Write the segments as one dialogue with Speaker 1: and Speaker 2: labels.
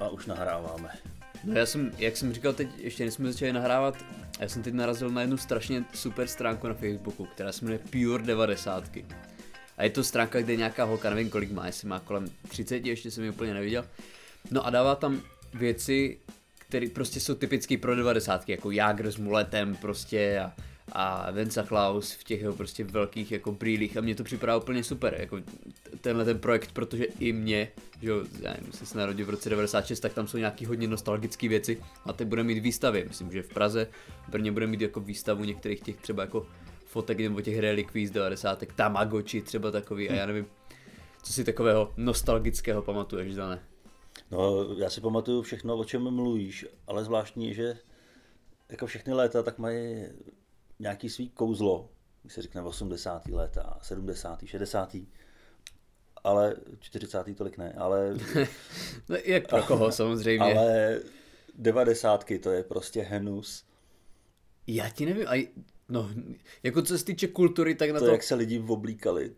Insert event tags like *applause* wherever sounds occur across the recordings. Speaker 1: A už nahráváme.
Speaker 2: No já jsem, jak jsem říkal teď, ještě než jsme začali nahrávat, já jsem teď narazil na jednu strašně super stránku na Facebooku, která se jmenuje Pure 90. A je to stránka, kde nějaká holka, nevím kolik má, jestli má kolem 30, ještě jsem ji úplně neviděl. No a dává tam věci, které prostě jsou typické pro 90. jako Jágr s muletem prostě a, a Venca Klaus v těch jeho prostě velkých jako brýlích a mně to připadá úplně super, jako tenhle ten projekt, protože i mě, že jo, já nevím, jsem se narodil v roce 96, tak tam jsou nějaký hodně nostalgické věci a teď bude mít výstavy, myslím, že v Praze, v Brně bude mít jako výstavu některých těch třeba jako fotek nebo těch relikví z 90. Tamagotchi třeba takový a já nevím, co si takového nostalgického pamatuješ, Dané?
Speaker 1: No, já si pamatuju všechno, o čem mluvíš, ale zvláštní je, že jako všechny léta, tak mají nějaký svý kouzlo, když se řekne 80. léta, 70. 60. Ale 40. tolik ne, *laughs* ale,
Speaker 2: No, jak pro koho samozřejmě. Ale...
Speaker 1: ale 90. to je prostě hnus.
Speaker 2: Já ti nevím, a no, jako co se týče kultury, tak na
Speaker 1: To,
Speaker 2: to,
Speaker 1: to, jak se lidi oblíkali.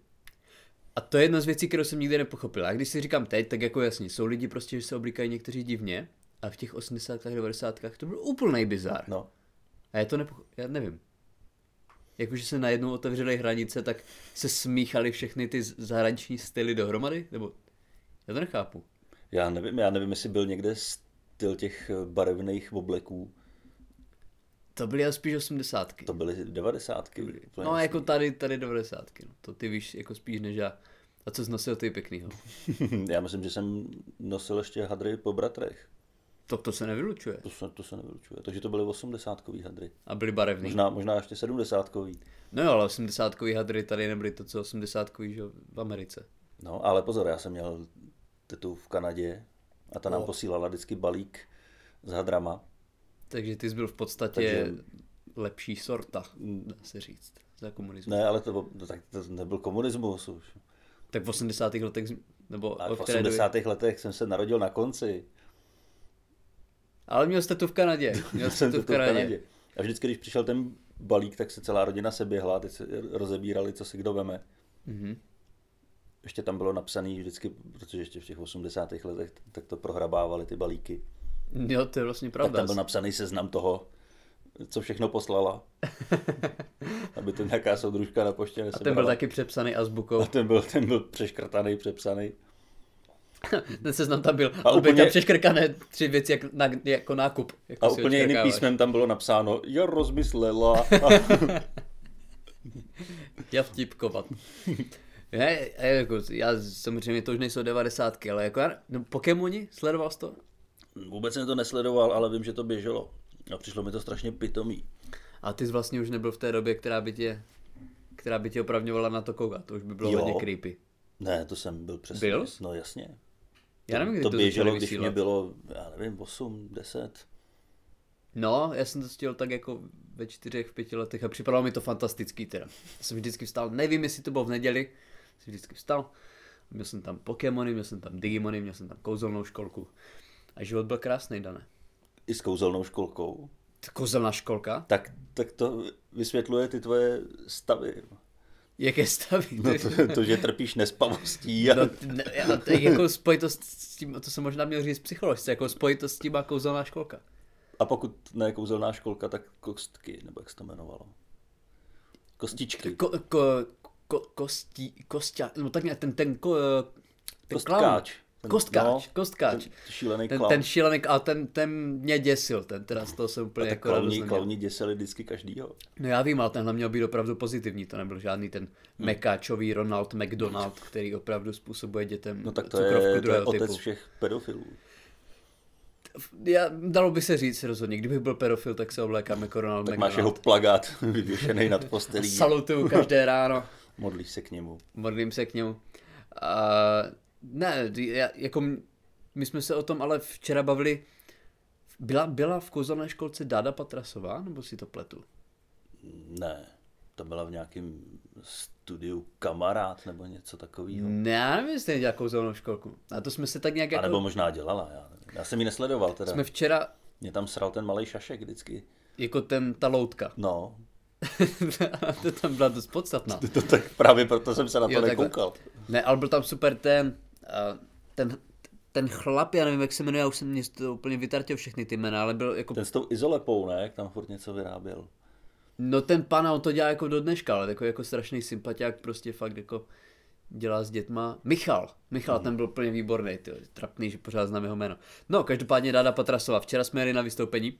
Speaker 2: A to je jedna z věcí, kterou jsem nikdy nepochopil. A když si říkám teď, tak jako jasně, jsou lidi prostě, že se oblíkají někteří divně, a v těch 80. a 90. to byl úplný bizar.
Speaker 1: No,
Speaker 2: A já to nepoch... já nevím. Jakože se najednou otevřely hranice, tak se smíchaly všechny ty z- zahraniční styly dohromady? Nebo já to nechápu.
Speaker 1: já nevím, já nevím, jestli byl někde styl těch barevných obleků,
Speaker 2: To byly ale spíš 80.
Speaker 1: to byly 90.
Speaker 2: No a jako tady, tady 90. No. To ty víš jako spíš než já. A co jsi nosil ty pěknýho?
Speaker 1: *laughs* Já myslím, že jsem nosil ještě hadry po bratrech.
Speaker 2: To, to se nevylučuje.
Speaker 1: To se, to se nevylučuje. Takže to byly 80 hadry.
Speaker 2: A byly barevný.
Speaker 1: Možná, možná ještě 70
Speaker 2: No jo, ale 80 hadry tady nebyly to, co 80 že jo, v Americe.
Speaker 1: No, ale pozor, já jsem měl tetu v Kanadě a ta nám posílala vždycky balík s hadrama.
Speaker 2: Takže ty jsi byl v podstatě
Speaker 1: Takže-
Speaker 2: Takže... lepší sorta, dá se říct, za komunismu.
Speaker 1: Ne, ale to, to, tak to nebyl komunismus už.
Speaker 2: Tak v 80. letech, z- nebo
Speaker 1: A
Speaker 2: o
Speaker 1: v
Speaker 2: které době-
Speaker 1: 80. letech jsem se narodil na konci.
Speaker 2: Ale měl jste to v
Speaker 1: *laughs*
Speaker 2: Kanadě. Měl jste to v Kanadě.
Speaker 1: A vždycky, když přišel ten balík, tak se celá rodina seběhla, teď se rozebírali, co si kdo veme.
Speaker 2: Mhm.
Speaker 1: Ještě tam bylo napsané vždycky, protože ještě v těch 80. letech tak to prohrabávali ty balíky.
Speaker 2: Jo, to je vlastně
Speaker 1: Tak
Speaker 2: pravda.
Speaker 1: tam byl napsaný seznam toho, co
Speaker 2: *laughs*
Speaker 1: všechno poslala. Aby to nějaká soudružka na poště
Speaker 2: A ten byl taky přepsaný azbukou.
Speaker 1: *laughs* A ten byl, ten byl přeškrtaný, přepsaný.
Speaker 2: Ten seznam tam byl.
Speaker 1: A
Speaker 2: A úplně...
Speaker 1: úplně-
Speaker 2: tam přeškrkané tři věci jak na, jako nákup. Jako
Speaker 1: A
Speaker 2: si
Speaker 1: úplně jiným
Speaker 2: odškrkáváš.
Speaker 1: písmem tam bylo napsáno,
Speaker 2: *laughs*
Speaker 1: já rozmyslela.
Speaker 2: Já vtipkovat. *laughs* Ne, a jako, já samozřejmě to už nejsou devadesátky, ale jako já, no, Pokémoni, sledoval jsi to?
Speaker 1: Vůbec jsem to nesledoval, ale vím, že to běželo. A přišlo mi to strašně pitomý.
Speaker 2: A ty jsi vlastně už nebyl v té době, která by tě, která by tě opravňovala na to koukat. To už by bylo
Speaker 1: Jo.
Speaker 2: hodně creepy.
Speaker 1: Ne, to jsem byl přesně.
Speaker 2: Byl?
Speaker 1: No jasně.
Speaker 2: Já nevím, kdy to,
Speaker 1: to, to
Speaker 2: začali
Speaker 1: běželo, když
Speaker 2: vysílat.
Speaker 1: mě bylo, já nevím, 8, 10.
Speaker 2: No, já jsem to stěl tak jako ve čtyřech, v pěti letech a připadalo mi to fantastický teda. Já jsem vždycky vstal, nevím jestli to bylo v neděli, jsem vždycky vstal, měl jsem tam Pokémony, měl jsem tam Digimony, měl jsem tam kouzelnou školku. A život byl krásný, Dané.
Speaker 1: I s kouzelnou školkou.
Speaker 2: Ty Kouzelná školka?
Speaker 1: Tak, tak to vysvětluje ty tvoje stavy.
Speaker 2: No Jaké staví?
Speaker 1: No to, to, že trpíš nespavostí. A...
Speaker 2: No, t- ne, a to je jako spojitost s tím, to jsem možná měl říct psycholožce, jako spojitost s tím a kouzelná školka.
Speaker 1: a pokud ne kouzelná školka, tak kostky, nebo jak se to jmenovalo. Kostičky.
Speaker 2: Ko, ko, ko, kostí, kostě, no tak nějak ten, ten, ko, ten
Speaker 1: Kostkáč. Ten-
Speaker 2: Clown. Kostkáč,
Speaker 1: no,
Speaker 2: kostkáč.
Speaker 1: ten šílený
Speaker 2: ten,
Speaker 1: clown.
Speaker 2: ten šílený, a ten, ten mě děsil, ten teda z toho jsem úplně
Speaker 1: Tak
Speaker 2: jako radost
Speaker 1: klauni,
Speaker 2: neměl.
Speaker 1: klauni děsili vždycky každýho.
Speaker 2: No já vím, ale tenhle měl být opravdu pozitivní, to nebyl žádný ten
Speaker 1: Hmm.
Speaker 2: mekáčový Ronald McDonald, který opravdu způsobuje dětem
Speaker 1: No tak to
Speaker 2: cukrovku
Speaker 1: je, to je
Speaker 2: druhého
Speaker 1: otec
Speaker 2: typu.
Speaker 1: všech pedofilů.
Speaker 2: Já, dalo by se říct rozhodně, kdybych byl pedofil, tak se oblékám jako Ronald
Speaker 1: Tak
Speaker 2: McDonald.
Speaker 1: máš jeho plagát *laughs* vyvěšený nad postelí. *laughs*
Speaker 2: Salutuju každé ráno.
Speaker 1: Modlíš se k němu.
Speaker 2: modlím se k němu. A, ne, ty- já, jako m- my jsme se o tom ale včera bavili, byla, byla v kouzelné školce Dada Patrasová, nebo si to pletu?
Speaker 1: Ne. ta byla v nějakém studiu kamarád nebo něco takového.
Speaker 2: Ne, já nevím, jestli nedělal kouzelnou školku. A to jsme se tak nějak
Speaker 1: A
Speaker 2: jako...
Speaker 1: nebo možná dělala, já nevím. Já jsem ji nesledoval teda.
Speaker 2: Jsme včera,
Speaker 1: Mě tam sral ten malý šašek vždycky.
Speaker 2: jako ten, ta loutka. *laughs*
Speaker 1: No,
Speaker 2: to tam byla dost podstatná.
Speaker 1: *laughs* to tak právě proto jsem se na to
Speaker 2: Jo,
Speaker 1: jo,
Speaker 2: takhle.
Speaker 1: nekoukal.
Speaker 2: Ne, ale byl tam super ten, uh, ten, ten chlap, já nevím, jak se jmenuje, já už jsem mě to úplně vytartil všechny ty jména, ale byl jako, ten...
Speaker 1: Ten s tou izolepou, ne? Jak tam furt něco vyráběl.
Speaker 2: no ten pana, on to dělá jako do dneška, ale takový jako strašný sympatiák, prostě fakt jako dělá s dětma. Michal, Michal, ten byl úplně výborný, ty, trapný, že pořád znám jeho jméno. No, každopádně Dáda Patrasová, včera jsme jeli na vystoupení,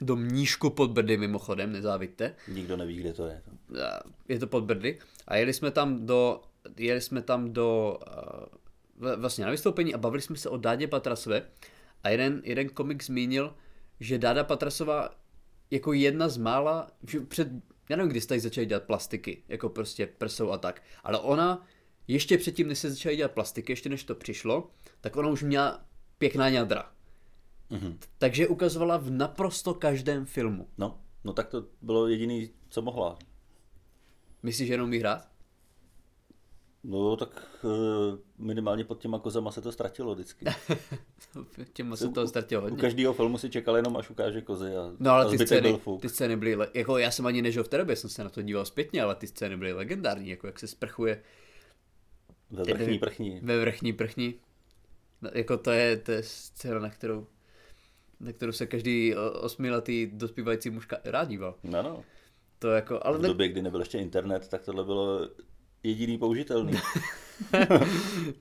Speaker 2: do Mníšku pod Brdy mimochodem, nezávidíte.
Speaker 1: Nikdo neví, kde to je.
Speaker 2: a- eh, je to pod Brdy a jeli jsme tam do, jeli jsme tam do eh, v- vlastně na vystoupení a bavili jsme se o Dádě Patrasové a jeden, jeden komik zmínil, že Dáda Patrasová jako jedna z mála, že před, já nevím, kdy jste tady začali dělat plastiky, jako prostě prsou a tak, ale ona ještě předtím, než se začaly dělat plastiky, ještě než to přišlo, tak ona už měla pěkná ňadra.
Speaker 1: Mhm.
Speaker 2: Takže ukazovala v naprosto každém filmu.
Speaker 1: No, no tak to bylo jediný, co mohla.
Speaker 2: Myslíš, že jenom vyhrát?
Speaker 1: No tak eh, minimálně pod těma kozama se to
Speaker 2: *laughs*
Speaker 1: ztratilo vždycky.
Speaker 2: Těma se toho ztratilo
Speaker 1: U
Speaker 2: hodně.
Speaker 1: každého filmu si čekal jenom, až ukáže kozy a,
Speaker 2: No ale
Speaker 1: a
Speaker 2: ty
Speaker 1: zbytek
Speaker 2: scény,
Speaker 1: byl fuk.
Speaker 2: ty scény byly, le- jako já jsem ani nežil v té době, jsem se na to díval zpětně, ale ty scény byly legendární, jako jak se sprchuje
Speaker 1: Ve vrchní prchní.
Speaker 2: ve vrchní prchni. No, jako to je, to je scéna, na kterou, na kterou se každý o- osmiletý dospívající mužka rád díval.
Speaker 1: No, no.
Speaker 2: To jako, ale
Speaker 1: V
Speaker 2: tak,
Speaker 1: době, kdy nebyl ještě internet, tak tohle bylo
Speaker 2: *laughs*
Speaker 1: jediný použitelný.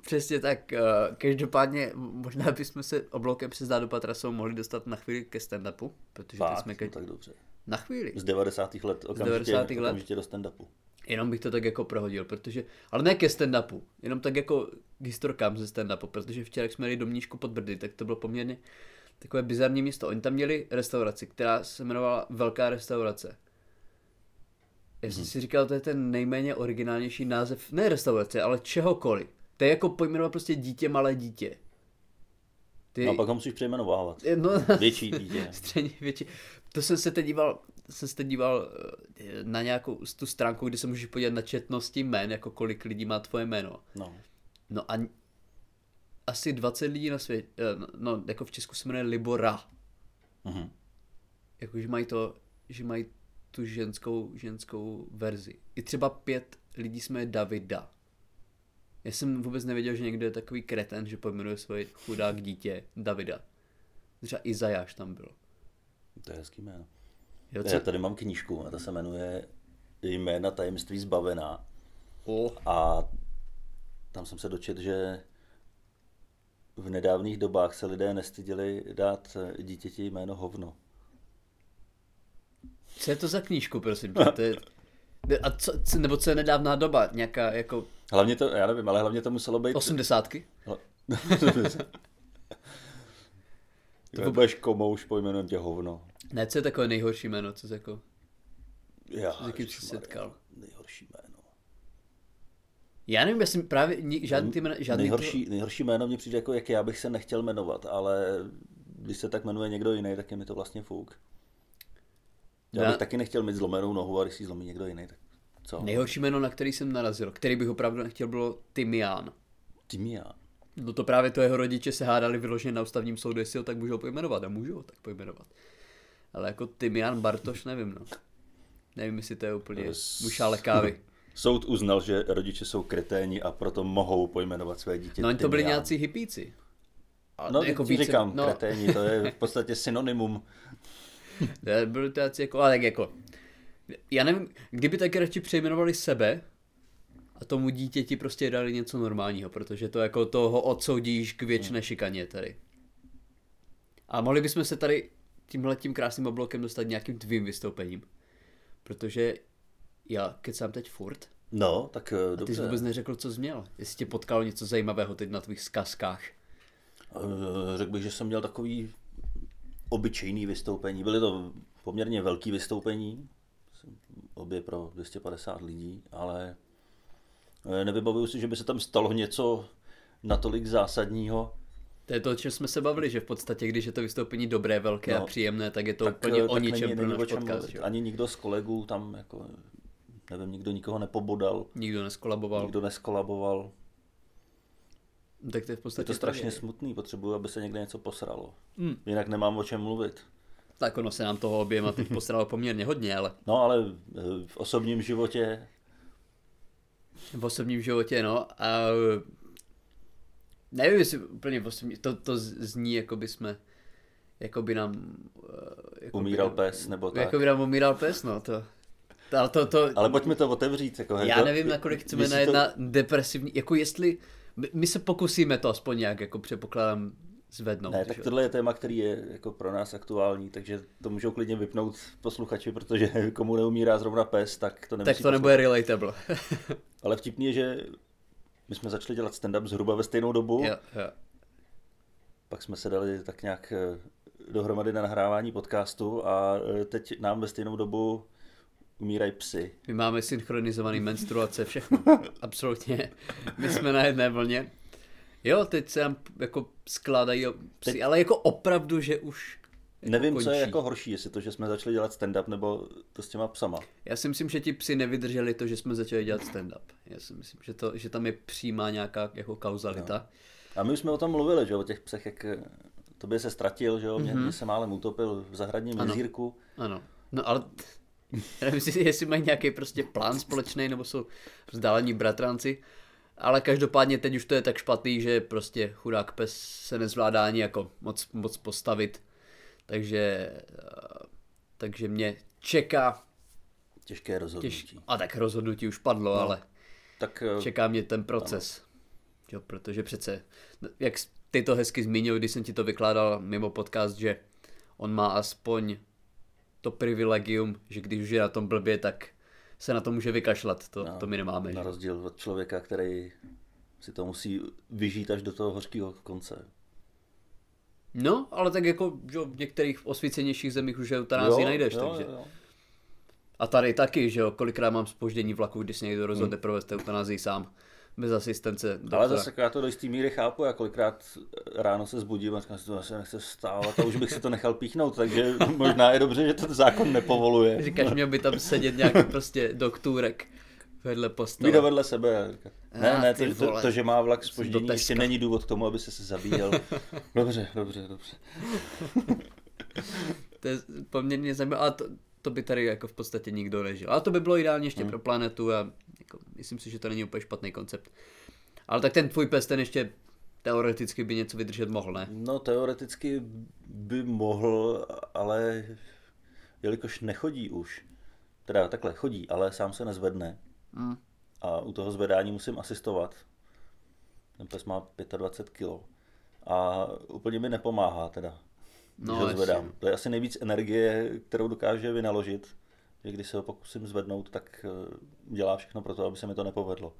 Speaker 2: přesně tak, eh, každopádně možná bychom se obloukem přes Dádu Patrasou mohli dostat na chvíli ke stand-upu, protože
Speaker 1: Fakt,
Speaker 2: Fakt, jsme
Speaker 1: no,
Speaker 2: každý...
Speaker 1: tak dobře.
Speaker 2: na chvíli.
Speaker 1: Z 90. let okamžitě,
Speaker 2: 90. let.
Speaker 1: okamžitě do stand-upu.
Speaker 2: Jenom bych to tak jako prohodil, protože, ale ne ke stand-upu, jenom tak jako k historkám ze stand-upu, protože včera, jak jsme jeli do Mníšku pod Brdy, tak to bylo poměrně takové bizarní město. Oni tam měli restauraci, která se jmenovala Velká restaurace. Já
Speaker 1: Mhm.
Speaker 2: jsem si říkal, to je ten nejméně originálnější název, ne restaurace, ale čehokoliv. To je jako pojmenovat prostě dítě, malé dítě. Ty,
Speaker 1: No a pak ho musíš přejmenovávat.
Speaker 2: no, *laughs*
Speaker 1: Větší dítě.
Speaker 2: Středně větší. To jsem se teď díval, jsem se teď díval eh, na nějakou tu stránku, kde se můžeš podívat na četnosti jmén, jako kolik lidí má tvoje jméno.
Speaker 1: No.
Speaker 2: No a n- asi 20 lidí na světě, no jako v Česku se jmenuje Libora.
Speaker 1: Mhm.
Speaker 2: Jako, že mají to, že mají tu ženskou, ženskou verzi. I třeba pět lidí se jmenuje Davida. Já jsem vůbec nevěděl, že někdo je takový kreten, že pojmenuje svoje chudák dítě Davida. Třeba Izajáš tam byl.
Speaker 1: To je hezký jméno.
Speaker 2: Jo,
Speaker 1: Já tady mám knížku a ta se jmenuje Jména tajemství zbavená.
Speaker 2: O,
Speaker 1: A tam jsem se dočet, že v nedávných dobách se lidé nestyděli dát eh, dítěti jméno hovno.
Speaker 2: co je to za knížku, prosím tě? To je... Ne, A co, co, nebo co je nedávná doba? Nějaká jako
Speaker 1: Hlavně to, já nevím, ale hlavně to muselo být...
Speaker 2: osmdesátky?
Speaker 1: *laughs* Hla- to budeš komouš, pojmenujem tě hovno.
Speaker 2: Ne, co je takové nejhorší jméno, co jsi jako...
Speaker 1: Já,
Speaker 2: S jakým jsi
Speaker 1: ježišmarja,
Speaker 2: setkal?
Speaker 1: Nejhorší jméno.
Speaker 2: Já nevím, já jsem právě ni, žádný ty jména, žádný
Speaker 1: Nejhorší, nejhorší jméno mě přijde jako, jak já bych se nechtěl jmenovat, ale když se tak jmenuje někdo jiný, tak je mi to vlastně fuk. Já
Speaker 2: Já-
Speaker 1: bych taky nechtěl mít zlomenou nohu a když si ji zlomí někdo jiný, tak co?
Speaker 2: To, nejhorší jméno, na který jsem narazil, který bych opravdu nechtěl, bylo Timián.
Speaker 1: Timián.
Speaker 2: No to právě to jeho rodiče se hádali vyloženě na ústavním soudu, jestli ho tak můžou pojmenovat a můžou ho tak pojmenovat. Ale jako Timián Bartoš, nevím no. Nevím, jestli to je úplně
Speaker 1: S-
Speaker 2: mušále kávy.
Speaker 1: Soud uznal, že rodiče jsou kreténi a proto mohou pojmenovat své dítě
Speaker 2: No oni to byli
Speaker 1: Timián.
Speaker 2: nějací hippíci. A
Speaker 1: prostě No, jako více, říkám, no.
Speaker 2: no,
Speaker 1: kreténi, to je v podstatě synonymum.
Speaker 2: Ne, Byli *laughs* to jací jako, ale tak jako, já nevím, kdyby taky radši přejmenovali sebe a tomu dítěti prostě dali něco normálního, protože to jako toho odsoudíš k
Speaker 1: Hmm.
Speaker 2: věčné šikaně tady. A mohli bychom se tady tímhle tím krásným oblokem dostat nějakým tvým vystoupením, protože já kecám teď furt,
Speaker 1: No, tak eh,
Speaker 2: ty jsi
Speaker 1: dobře.
Speaker 2: vůbec neřekl, co jsi měl, jestli tě potkalo něco zajímavého teď na tvých zkazkách.
Speaker 1: Eh, Řekl bych, že jsem měl takový obyčejný vystoupení. Byly to poměrně velký vystoupení, obě pro 250 lidí, ale eh, nevybavuju si, že by se tam stalo něco natolik zásadního.
Speaker 2: To je to, o čem jsme se bavili, že v podstatě, když je to vystoupení dobré, velké no, a
Speaker 1: No.
Speaker 2: příjemné, tak je to
Speaker 1: Tak,
Speaker 2: úplně
Speaker 1: eh,
Speaker 2: o
Speaker 1: tak
Speaker 2: ničem
Speaker 1: není-
Speaker 2: pro
Speaker 1: není
Speaker 2: náš
Speaker 1: o čem
Speaker 2: podcast.
Speaker 1: mluvit.
Speaker 2: že jo?
Speaker 1: Ani nikdo z kolegů tam jako nevím, nikdo nikoho nepobodal,
Speaker 2: Nikdo neskolaboval.
Speaker 1: nikdo neskolaboval.
Speaker 2: No, Tak to je v
Speaker 1: Je
Speaker 2: podstatě...
Speaker 1: to strašně smutný, potřebuju, aby se někde něco posralo.
Speaker 2: Mm.
Speaker 1: Jinak nemám o čem mluvit.
Speaker 2: Tak ono se nám toho oběma
Speaker 1: *laughs*
Speaker 2: teď posralo poměrně hodně, ale
Speaker 1: No ale eh, v osobním životě
Speaker 2: v osobním životě, no. A nevím, jestli úplně v osobním, to, to zní, jako by jsme, jako by nám... eh, Jako
Speaker 1: umíral
Speaker 2: by,
Speaker 1: pes nebo tak.
Speaker 2: Jako by nám umíral pes, no to. To, to, to
Speaker 1: Ale pojďme to otevřít. Jako,
Speaker 2: já
Speaker 1: to-
Speaker 2: nevím, nakolik chceme
Speaker 1: jestli
Speaker 2: na jedna depresivní, jako jestli, my, my se pokusíme to aspoň nějak, jako předpokládám, zvednout.
Speaker 1: Ne, tak
Speaker 2: No, že jo.
Speaker 1: tohle je téma, který je jako pro nás aktuální, takže to můžou klidně vypnout posluchači, protože *laughs* komu neumírá zrovna pes, tak to nemusí
Speaker 2: tak to nebude relatable.
Speaker 1: *laughs* poslouchat. Ale vtipný je, že my jsme začali dělat stand-up zhruba ve stejnou dobu,
Speaker 2: jo, jo.
Speaker 1: pak jsme se dali tak nějak eh, dohromady na nahrávání podcastu a eh, teď nám ve stejnou dobu umírají psy.
Speaker 2: My máme synchronizovaný menstruace,
Speaker 1: *laughs*
Speaker 2: všechno. Absolutně. My jsme na jedné vlně. Jo, teď se nám jako skládají psy, teď... ale jako opravdu, že už jako
Speaker 1: Nevím,
Speaker 2: končí.
Speaker 1: co je jako horší, jestli to, že jsme začali dělat stand-up, nebo to s těma psama.
Speaker 2: Já si myslím, že ti psi nevydrželi to, že jsme začali dělat stand-up. Já si myslím, že, to, že tam je přímá nějaká jako
Speaker 1: No.
Speaker 2: kauzalita.
Speaker 1: A my už jsme o tom mluvili, že o těch psech, jak eh, tobě se ztratil, že jo,
Speaker 2: Mhm.
Speaker 1: mě, mě se málem utopil v zahradním jezírku.
Speaker 2: No. Ano. No ale *laughs* t- já nevím, jestli- jestli mají nějaký prostě plán společný, nebo jsou vzdálení bratranci. Ale každopádně teď už to je tak špatný, že prostě chudák pes se nezvládá ani jako moc, moc postavit. Takže, eh, takže mě čeká,
Speaker 1: Těžké rozhodnutí.
Speaker 2: těž, a tak rozhodnutí už padlo, no. ale
Speaker 1: Tak eh,
Speaker 2: čeká mě ten proces. Jo, protože přece, no, jak jsi- ty to hezky zmínil, když jsem ti to vykládal mimo podcast, že on má aspoň to privilegium, že když už je na tom blbě, tak se na to může vykašlat, to, no, to my nemáme.
Speaker 1: na
Speaker 2: No.
Speaker 1: rozdíl od člověka, který si to musí vyžít až do toho hořkého konce.
Speaker 2: no, ale tak jako že jo, v některých osvícenějších zemích už eutanázii najdeš, jo, takže. Jo.
Speaker 1: jo.
Speaker 2: A tady taky, že jo, kolikrát mám spoždění vlaku, když se někdo rozhodne provést eutanázii sám, bez asistence.
Speaker 1: Ale
Speaker 2: doktora.
Speaker 1: zase já to do jistý míry chápu, já kolikrát eh, ráno se zbudím a říkám si, to se nechce stávat a už bych si to nechal píchnout, takže *laughs* možná je dobře, že to zákon nepovoluje.
Speaker 2: Říkáš, měl by tam sedět nějaký prostě doktůrek vedle postele.
Speaker 1: Jde vedle sebe. a říká, Ne,
Speaker 2: Ah,
Speaker 1: ne,
Speaker 2: ty
Speaker 1: to, to,
Speaker 2: vole.
Speaker 1: to, že má vlak
Speaker 2: Do
Speaker 1: spoždění,
Speaker 2: Teska.
Speaker 1: ještě není důvod k tomu, aby se se
Speaker 2: *laughs*
Speaker 1: zabíjel. Dobře, dobře, dobře.
Speaker 2: To je poměrně zajímavé, ale to, to by tady jako v podstatě nikdo nežil. Ale to by bylo ideálně ještě hmm. pro planetu a jako, myslím si, že to není úplně špatný koncept. Ale tak ten tvůj pes, ten ještě teoreticky by něco vydržet mohl, ne?
Speaker 1: No, teoreticky by mohl, ale jelikož nechodí už, teda takhle chodí, ale sám se nezvedne
Speaker 2: Hmm.
Speaker 1: a u toho zvedání musím asistovat. Ten pes má 25 kg a úplně mi nepomáhá teda,
Speaker 2: No,
Speaker 1: no, že ho
Speaker 2: jasně.
Speaker 1: zvedám. To je asi nejvíc energie, kterou dokáže vynaložit, že když se ho pokusím zvednout, tak eh, dělá všechno pro to, aby se mi to nepovedlo.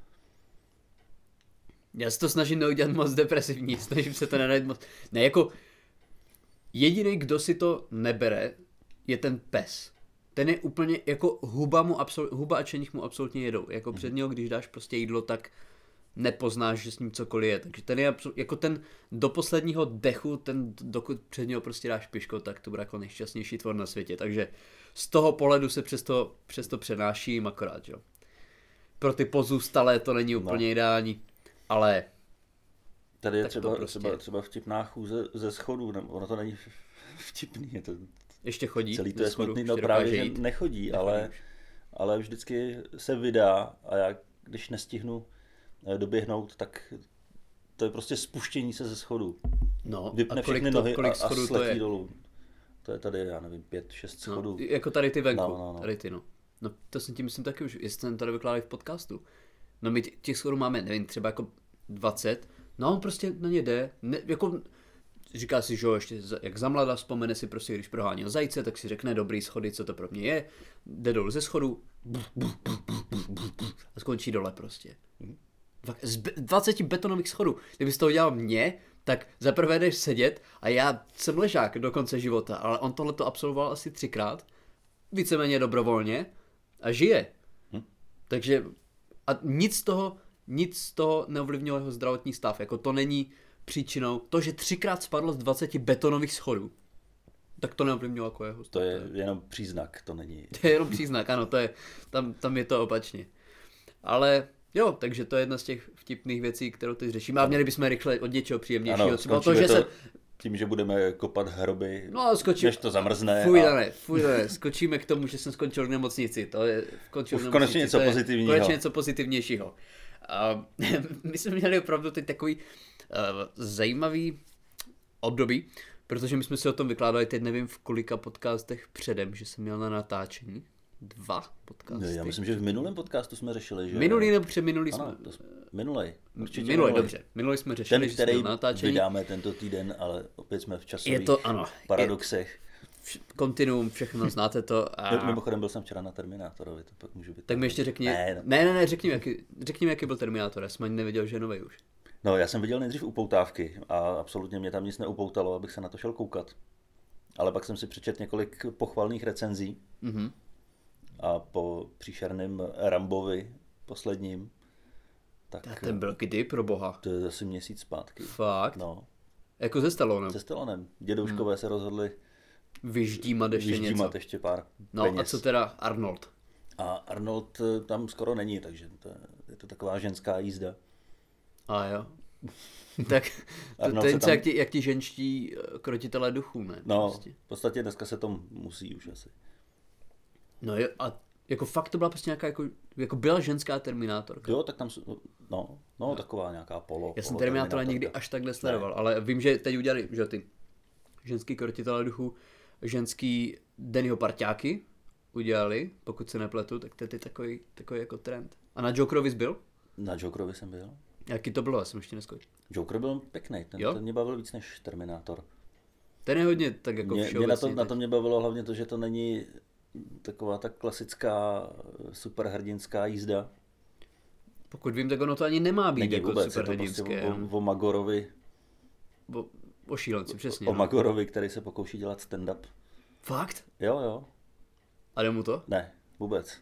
Speaker 2: Já se to snažím neudělat moc depresivní, *laughs* snažím se to nedat moc... Ne, jako... Jediný, kdo si to nebere, je ten pes. Ten je úplně, jako huba, mu absol, huba a čenich mu absolutně jedou. Jako před něho, když dáš prostě jídlo, tak nepoznáš, že s ním cokoliv je. Takže ten je absol, jako ten do posledního dechu, ten dokud před něho prostě dáš piško, tak to bude jako nejšťastnější tvor na světě. Takže z toho pohledu se přesto, přesto přenáším akorát, jo pro ty pozůstalé to není úplně no. ideální, ale
Speaker 1: Tady je
Speaker 2: Tak to
Speaker 1: třeba,
Speaker 2: prostě.
Speaker 1: prostě. třeba, třeba vtipná chůze ze schodů, nebo ono to není *laughs* vtipný, je to,
Speaker 2: ještě chodí.
Speaker 1: celý to
Speaker 2: ze
Speaker 1: je
Speaker 2: schodu,
Speaker 1: smutný,
Speaker 2: už
Speaker 1: no
Speaker 2: tě
Speaker 1: právě,
Speaker 2: dokáže
Speaker 1: že
Speaker 2: jít.
Speaker 1: nechodí, ale, ale vždycky se vydá a já, když nestihnu eh, doběhnout, tak to je prostě spuštění se ze schodu.
Speaker 2: No,
Speaker 1: Vypne
Speaker 2: a kolik,
Speaker 1: všechny
Speaker 2: to,
Speaker 1: nohy
Speaker 2: kolik
Speaker 1: a, a
Speaker 2: schodů to
Speaker 1: sletí
Speaker 2: je?
Speaker 1: dolů. To je tady, já nevím, pět, šest schodů.
Speaker 2: No, jako tady ty venku,
Speaker 1: No, no, no.
Speaker 2: tady ty no. No to jsem ti myslím taky už, jestli jsem tady vykládal i v podcastu. No my tě- těch schodů máme, nevím, třeba jako 20, no on prostě na ně jde, ne, jako říká si, že jo, ještě za- jak zamlada vzpomene si prostě, když proháněl zajce, tak si řekne dobrý schody, co to pro mě je, jde dolů ze schodu a skončí dole prostě. Fakt, Z be- 20 betonových schodů. Kdyby to udělal mě, tak zaprvé jdeš sedět a já jsem ležák do konce života, ale on tohle to absolvoval asi třikrát, víceméně dobrovolně a žije. Takže a nic z toho, nic z toho neovlivnilo jeho zdravotní stav. Jako to není příčinou. To, že třikrát spadl z 20 betonových schodů, tak to neovlivnilo jako jeho.
Speaker 1: To je jenom příznak, to není.
Speaker 2: *laughs* To je jenom příznak, ano, to je, tam, tam je to opačně. Ale jo, takže to je jedna z těch vtipných věcí, kterou teď řešíme. A měli bychom rychle od něčeho příjemnějšího.
Speaker 1: Ano,
Speaker 2: třeba
Speaker 1: skončíme
Speaker 2: to, že se...
Speaker 1: tím, že budeme kopat hroby,
Speaker 2: No a skočím.
Speaker 1: než to zamrzne.
Speaker 2: Fuj,
Speaker 1: a-
Speaker 2: ne, fuj, ne, skočíme k tomu, že jsem skončil v nemocnici. To je, skončil
Speaker 1: Už
Speaker 2: v nemocnici,
Speaker 1: konečně něco
Speaker 2: to je
Speaker 1: pozitivního.
Speaker 2: Konečně něco pozitivnějšího. A *laughs* my jsme měli opravdu teď takový uh, zajímavý období, protože my jsme si o tom vykládali, teď nevím v kolika podcastech předem, že jsem měl na natáčení. Dva
Speaker 1: Ne,
Speaker 2: podcasty.
Speaker 1: Já myslím, že v minulém podcastu jsme řešili, že...
Speaker 2: Minulý nebo přeminulý jsme,
Speaker 1: Ano, to jsme... Minulej, určitě
Speaker 2: minulý, dobře, minulý jsme řešili,
Speaker 1: Ten,
Speaker 2: že jsme
Speaker 1: který
Speaker 2: měli na natáčení.
Speaker 1: vydáme tento týden, ale opět jsme v časových
Speaker 2: Je to, ano,
Speaker 1: paradoxech.
Speaker 2: vš- kontinuum, všechno znáte to.
Speaker 1: *laughs* A...
Speaker 2: A...
Speaker 1: Mimochodem byl jsem včera na Terminátorovi, to pak může být...
Speaker 2: Tak mi ještě řekni,
Speaker 1: Ne,
Speaker 2: ne,
Speaker 1: no.
Speaker 2: ne, ne, ne řekni, mi, jaký, řekni mi, jaký byl Terminátor, já jsem ani nevěděl, že je nový už.
Speaker 1: No, já jsem viděl nejdřív upoutávky a absolutně mě tam nic neupoutalo, abych se na to šel koukat. Ale pak jsem si přečet několik pochvalných recenzí
Speaker 2: Mhm.
Speaker 1: a po příšerném Rambovi posledním, tak
Speaker 2: A ten byl kdy, pro boha.
Speaker 1: to je zase měsíc zpátky.
Speaker 2: Fakt? No.
Speaker 1: No,
Speaker 2: Jako ze Stallonem.
Speaker 1: se Stallonem. Dědouškové se rozhodli
Speaker 2: Vyždímat Mhm. ještě něco.
Speaker 1: vyždímat ještě pár
Speaker 2: No
Speaker 1: peněz.
Speaker 2: a co teda Arnold?
Speaker 1: A Arnold eh, tam skoro není, takže to, je- je to taková ženská jízda.
Speaker 2: A jo.
Speaker 1: *laughs*
Speaker 2: tak to,
Speaker 1: Arnold
Speaker 2: to je
Speaker 1: se
Speaker 2: něco
Speaker 1: tam-
Speaker 2: jak ti, jak ti ženští eh, krotitelé duchů, ne?
Speaker 1: No,
Speaker 2: Prostě.
Speaker 1: v podstatě dneska se to musí už asi.
Speaker 2: No jo, a jako fakt to byla prostě nějaká, jako, jako byla ženská Terminátorka.
Speaker 1: Jo, tak tam, jsou- no, no, taková nějaká polo.
Speaker 2: Já jsem
Speaker 1: polo
Speaker 2: Terminátora
Speaker 1: Terminátorka.
Speaker 2: nikdy až takhle sledoval, ale vím, že teď udělali, že jo, ty ženský krotitele duchu, ženský Dennyho parťáky udělali, pokud se nepletu, tak to je teď takový, takový jako trend. A na Jokerovi zbyl?
Speaker 1: Na Jokerovi jsem byl.
Speaker 2: Jaký to bylo, já jsem ještě neskočil.
Speaker 1: Joker byl pěkný, ten,
Speaker 2: Jo?
Speaker 1: ten mě bavil víc než Terminátor.
Speaker 2: Ten je hodně tak jako
Speaker 1: Mě, mě na, to,
Speaker 2: všeobecný
Speaker 1: na
Speaker 2: teď.
Speaker 1: to mě bavilo hlavně to, že to není taková ta klasická eh, superhrdinská jízda.
Speaker 2: Pokud vím, tak ono to ani nemá být
Speaker 1: Není
Speaker 2: jako
Speaker 1: vůbec, je to prostě
Speaker 2: superhrdinské.
Speaker 1: o,
Speaker 2: jenom
Speaker 1: o, o Magorovi,
Speaker 2: O, o šílenci, přesně.
Speaker 1: o
Speaker 2: no.
Speaker 1: Magorovi, který se pokouší dělat stand-up.
Speaker 2: Fakt?
Speaker 1: Jo, jo,
Speaker 2: A jde mu to? *laughs*
Speaker 1: ne, vůbec.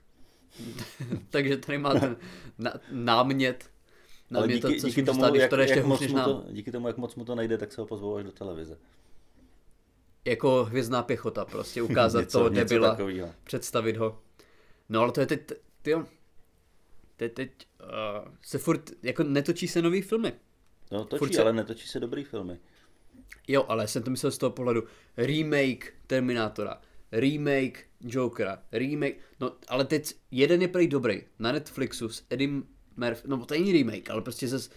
Speaker 2: Takže tady má ten na, námět.
Speaker 1: Ale
Speaker 2: Námět No, to,
Speaker 1: díky,
Speaker 2: co
Speaker 1: díky,
Speaker 2: díky
Speaker 1: tomu,
Speaker 2: stát, když
Speaker 1: jak,
Speaker 2: to jde ještě
Speaker 1: jak
Speaker 2: hůř
Speaker 1: moc
Speaker 2: než
Speaker 1: mu
Speaker 2: nám.
Speaker 1: to, díky tomu, jak moc mu to nejde, tak se ho pozvou až do televize.
Speaker 2: jako hvězdná pěchota, prostě
Speaker 1: *laughs*
Speaker 2: ukázat
Speaker 1: Něco-
Speaker 2: toho
Speaker 1: něco
Speaker 2: debila,
Speaker 1: takovýho.
Speaker 2: představit ho. No ale to je teď, ty teď, teď uh, se furt, jako netočí se nový filmy.
Speaker 1: No, točí,
Speaker 2: Furt se-
Speaker 1: ale netočí se dobrý filmy.
Speaker 2: Jo, ale jsem to myslel z toho pohledu, remake Terminátora, remake Jokera, remake, no ale teď jeden je prej dobrý, na Netflixu s Eddie Murphy, no to není remake, ale prostě zase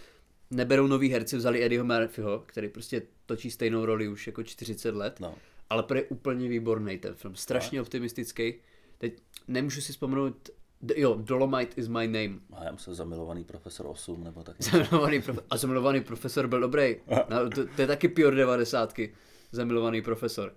Speaker 2: neberou nový herci, vzali Eddieho Murphyho, který prostě točí stejnou roli už jako 40 let.
Speaker 1: No.
Speaker 2: Ale pro je úplně výborný ten film, strašně optimistický. Teď nemůžu si vzpomenout, d- jo, Dolomite is my name.
Speaker 1: A já jsem zamilovaný profesor 8 nebo
Speaker 2: *laughs*
Speaker 1: tak. něco.
Speaker 2: Zamilovaný prof... A zamilovaný profesor byl dobrý. No, to, to, je taky Pior 90. Zamilovaný profesor.